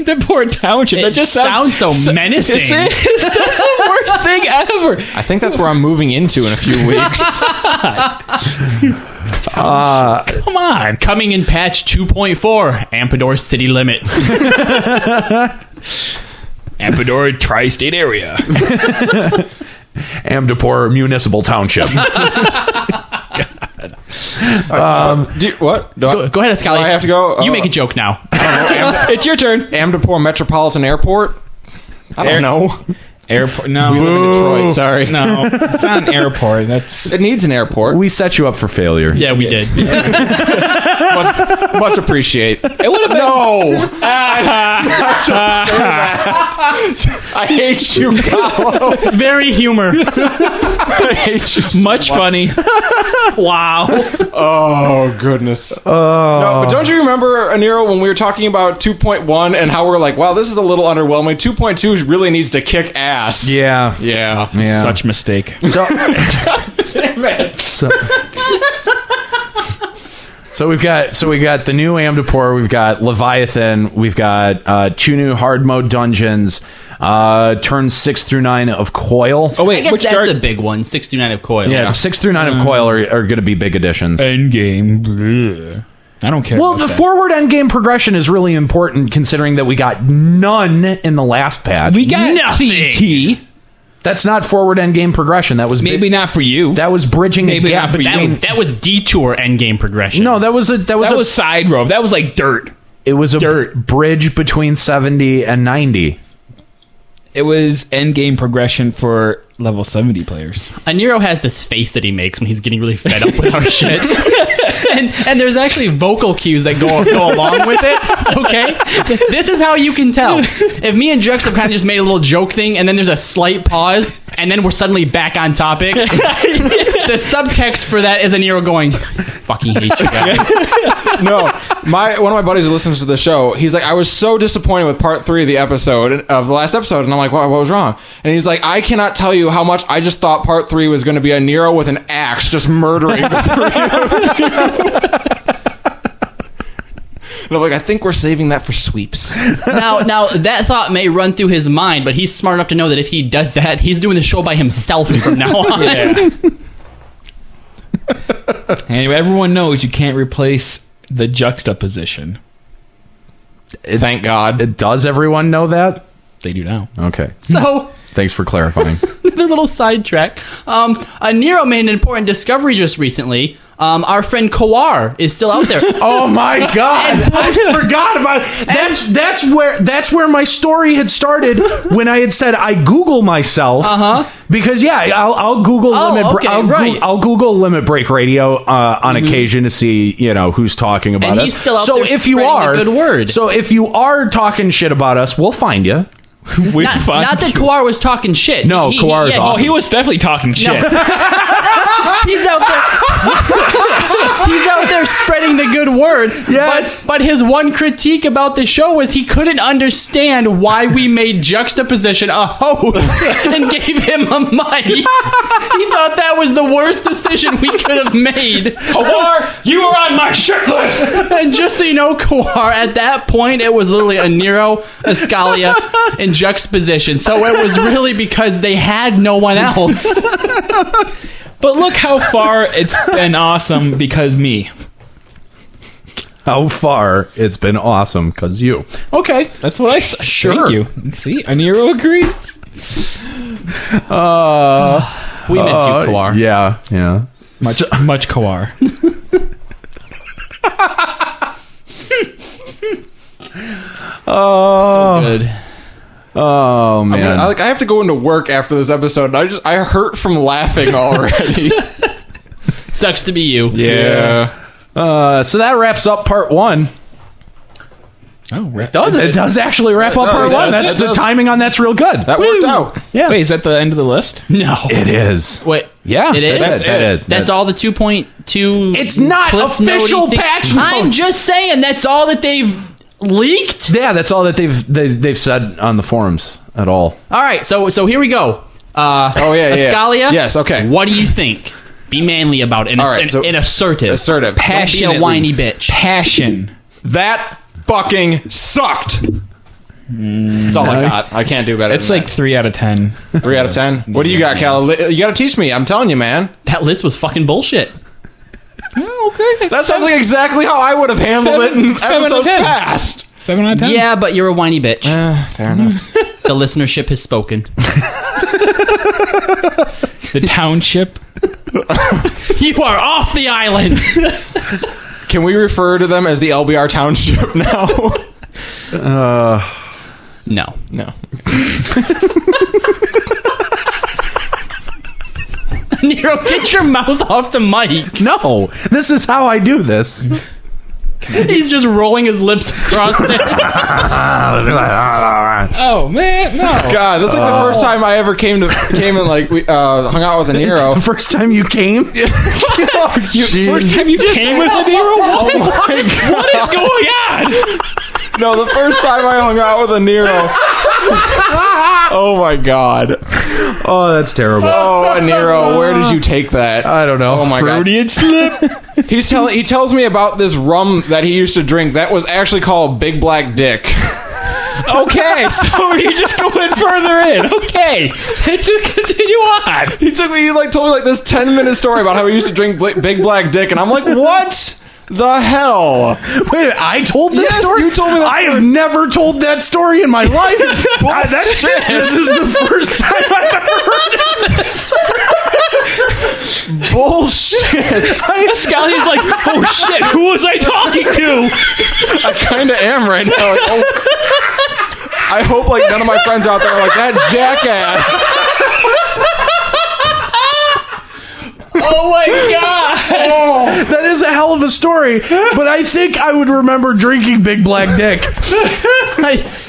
the poor township. that
It
just sounds,
sounds so menacing.
It's, it's just the worst thing ever.
I think that's where I'm moving into in a few weeks.
Come on.
Coming in patch 2.4, Ampador City Limits.
Ampedora tri-state area.
Amdapur Municipal Township.
Do you- what? Do I-
go, go ahead, Scott.
Do I have to go.
you
Uh,
make a joke now.
it's your turn.
Amdapur Metropolitan Airport. I don't know.
Airport. No.
We live in Detroit. Sorry.
No, it's not an airport. That's
It needs an airport.
we set you up for failure.
yeah, we did.
much, much appreciate.
it. Would have been
No, I hate you, Paolo.
Very humor.
I hate you. so
much funny.
wow.
Oh goodness! Oh, no, but don't you remember, Aniro, when we were talking about 2.1 and how we are like, "Wow, this is a little underwhelming." 2.2 really needs to kick ass.
Yeah.
yeah.
Yeah.
Such mistake.
So, so, so we've got so we got the new Amdapur, we've got Leviathan, we've got uh, two new hard mode dungeons, uh, turns six through nine of Coil.
Oh Mm-hmm.
I
wait,
guess
which
that's
dark
a big one. 69 of Coil.
yeah, six through nine of Coil are, are going to be big additions.
end game? I don't care.
Well,
about
the
that.
forward end game progression is really important, considering that we got none in the last patch.
we got CT.
That's not forward end game progression. That was
Maybe not for you.
That was bridging
Maybe
a gap
not for you.
between.
That, that was detour endgame progression.
No, that was a that was
that
a
was side road. That was like dirt.
It was a
Dirt.
b- bridge between 70 and 90.
It was end game progression for level seventy players.
Aniro has this face that he makes when he's getting really fed up with our shit. and, and there's actually vocal cues that go, go along with it. Okay? This is how you can tell. If me and Jux have kind of just made a little joke thing and then there's a slight pause and then we're suddenly back on topic, the subtext for that is Aniro going, fucking hate you guys.
no, my one of my buddies who listens to the show, he's like, I was so disappointed with part three of the episode of the last episode, and I'm like, what, what was wrong? And he's like, I cannot tell you how much I just thought part three was going to be a Nero with an axe just murdering the three of you. And I'm like, I think we're saving that for sweeps.
Now, now, that thought may run through his mind, but he's smart enough to know that if he does that, he's doing the show by himself from now on.
and everyone knows you can't replace the juxtaposition.
Thank God.
Does everyone know that?
They do now.
Okay.
So.
Thanks for clarifying.
another little sidetrack. Um, uh, Nero made an important discovery just recently. Um, our friend Kawar is still out there.
oh my god. I forgot about That's that's where that's where my story had started when I had said I Google myself. Uh-huh. Because yeah, I'll, I'll Google
Oh,
limit.
okay,
I'll,
right. Mm-hmm.
I'll Google limit break radio uh, on occasion to see you know who's talking about
And
us.
he's still out
so
there
if you
spreading the
are
good word.
so if you are talking shit about us, we'll find you.
We
not, not that Kawar was talking shit.
No, Kawar is
Oh,
awesome.
he was definitely talking shit.
He's out there. he's out there spreading the good word.
Yes.
But, but his one critique about the show was he couldn't understand why we made juxtaposition a host and gave him a mic. He thought that was the worst decision we could have made.
Kawar, you are on my shit list.
and just so you know, Kawar, at that point, it was literally a Nero, a Scalia, in juxtaposition. So it was really because they had no one else.
But look how far it's been awesome because me.
How far it's been awesome because you. Okay.
That's what I s-
Sure.
Thank you. See, Aniro agrees.
We miss
Uh,
you, Kawar.
Yeah, yeah.
Much, much Kawar.
Good.
Oh man.
I, like I have to go into work after this episode. And I just I hurt from laughing already.
Sucks to be you.
yeah.
Uh, so that wraps up part one.
Oh, right.
Does it? Does actually wrap up
does,
part
it
one?
does,
That's
it
the
does.
timing on that's real good.
That worked out.
yeah.
Wait, is that the end of the list?
No.
It is.
Wait.
Yeah,
It is.
That's, it.
That's, all the 2.2.
It's not
Cliff
official
Note-y thing-
patch
I'm
notes.
just saying that's all that they've leaked.
Yeah, that's all that they've they, they've said on the forums at all.
All right. So so here we go. Uh,
Oh, yeah, yeah.
Ascalia.
Yes, okay.
What do you think? Be manly about it and,
All right,
and-
so-
and assertive. Don't
Assertive.
be a
Passionately.
whiny bitch.
Passion.
That fucking sucked. That's all I got. I can't do better.
Mm. It's
than
like three out of ten.
that. three out of ten. What do you got, Cal? You got to teach me. I'm telling you, man.
That list was fucking bullshit.
Oh,
That sounds like exactly how I would have handled
Seven-
it in
seven out of
episodes
10.
past.
Seven out of ten.
Yeah, but you're a whiny bitch.
fair enough.
the listenership has spoken.
the township.
you are off the island.
Can we refer to them as the LBR Township now?
no.
no.
Nero, get your mouth off the mic.
No, this is how I do this.
He's just rolling his lips across there.
Oh man, no.
God, that's like the first time I ever came to came and like we uh, hung out with a Nero.
The first time you came,
First time you came with Aniro? What? what is going on?
No, the first time I hung out with a Nero. oh my god.
oh, that's terrible.
Oh, a Nero, where did you take that?
Uh,
I don't know.
Oh my god.
Freudian slip.
He's telling he tells me about this rum that he used to drink that was actually called Big Black Dick.
Okay, so you just going further in. Okay, let's just continue on.
He took me he like told me like this 10-minute story about how he used to drink bl- Big Black Dick and I'm like, "What?" The hell?
Wait, a minute, I told this
Yes,
story.
you told me that
I have never told that story in my life. I- that- This is the first time I've ever
Bullshit.
Scally's like, oh shit, who was I talking to?
I kind of am right now. Like, oh. I hope like none of my friends out there are like that jackass.
oh my god.
That is a hell of a story, but I think I would remember drinking Big Black Dick.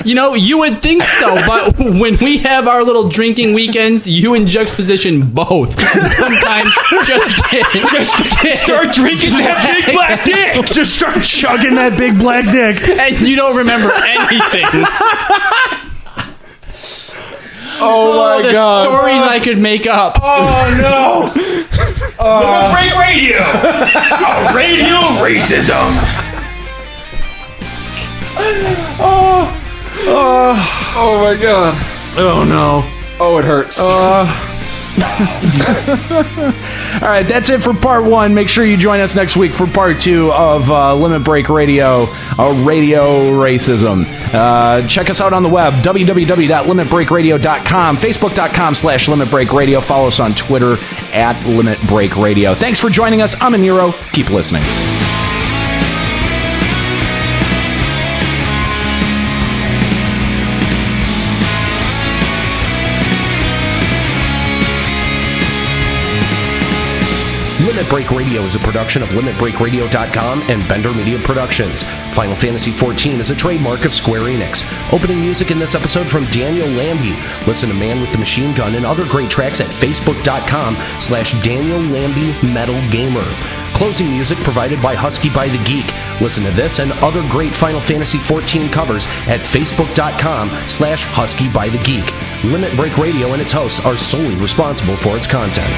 You know, you would think so, but when we have our little drinking weekends, you and juxtaposition both. Sometimes just kidding. Just kidding.
Start drinking that big black dick.
Just start chugging that Big Black Dick.
and you don't remember anything.
Oh my
the
god.
stories I could make up.
Great radio! radio racism!
Oh my god.
Oh no. Uh.
Oh, it hurts.
All right, that's it for part one. Make sure you join us next week for part two of uh, Limit Break Radio, uh, Radio Racism. Uh, check us out on the web, www.limitbreakradio.com, facebook.com slash Limit Break Radio. Follow us on Twitter at Limit Break Radio. Thanks for joining us. I'm Aniro. Keep listening.
Limit Break Radio is a production of LimitBreakRadio.com and Bender Media Productions. Final Fantasy XIV is a trademark of Square Enix. Opening music in this episode from Daniel Lambie. Listen to Man with the Machine Gun and other great tracks at Facebook.com slash Daniel Lambie Metal Gamer. Closing music provided by Husky by the Geek. Listen to this and other great Final Fantasy XIV covers at Facebook.com slash Husky by the Geek. Limit Break Radio and its hosts are solely responsible for its content.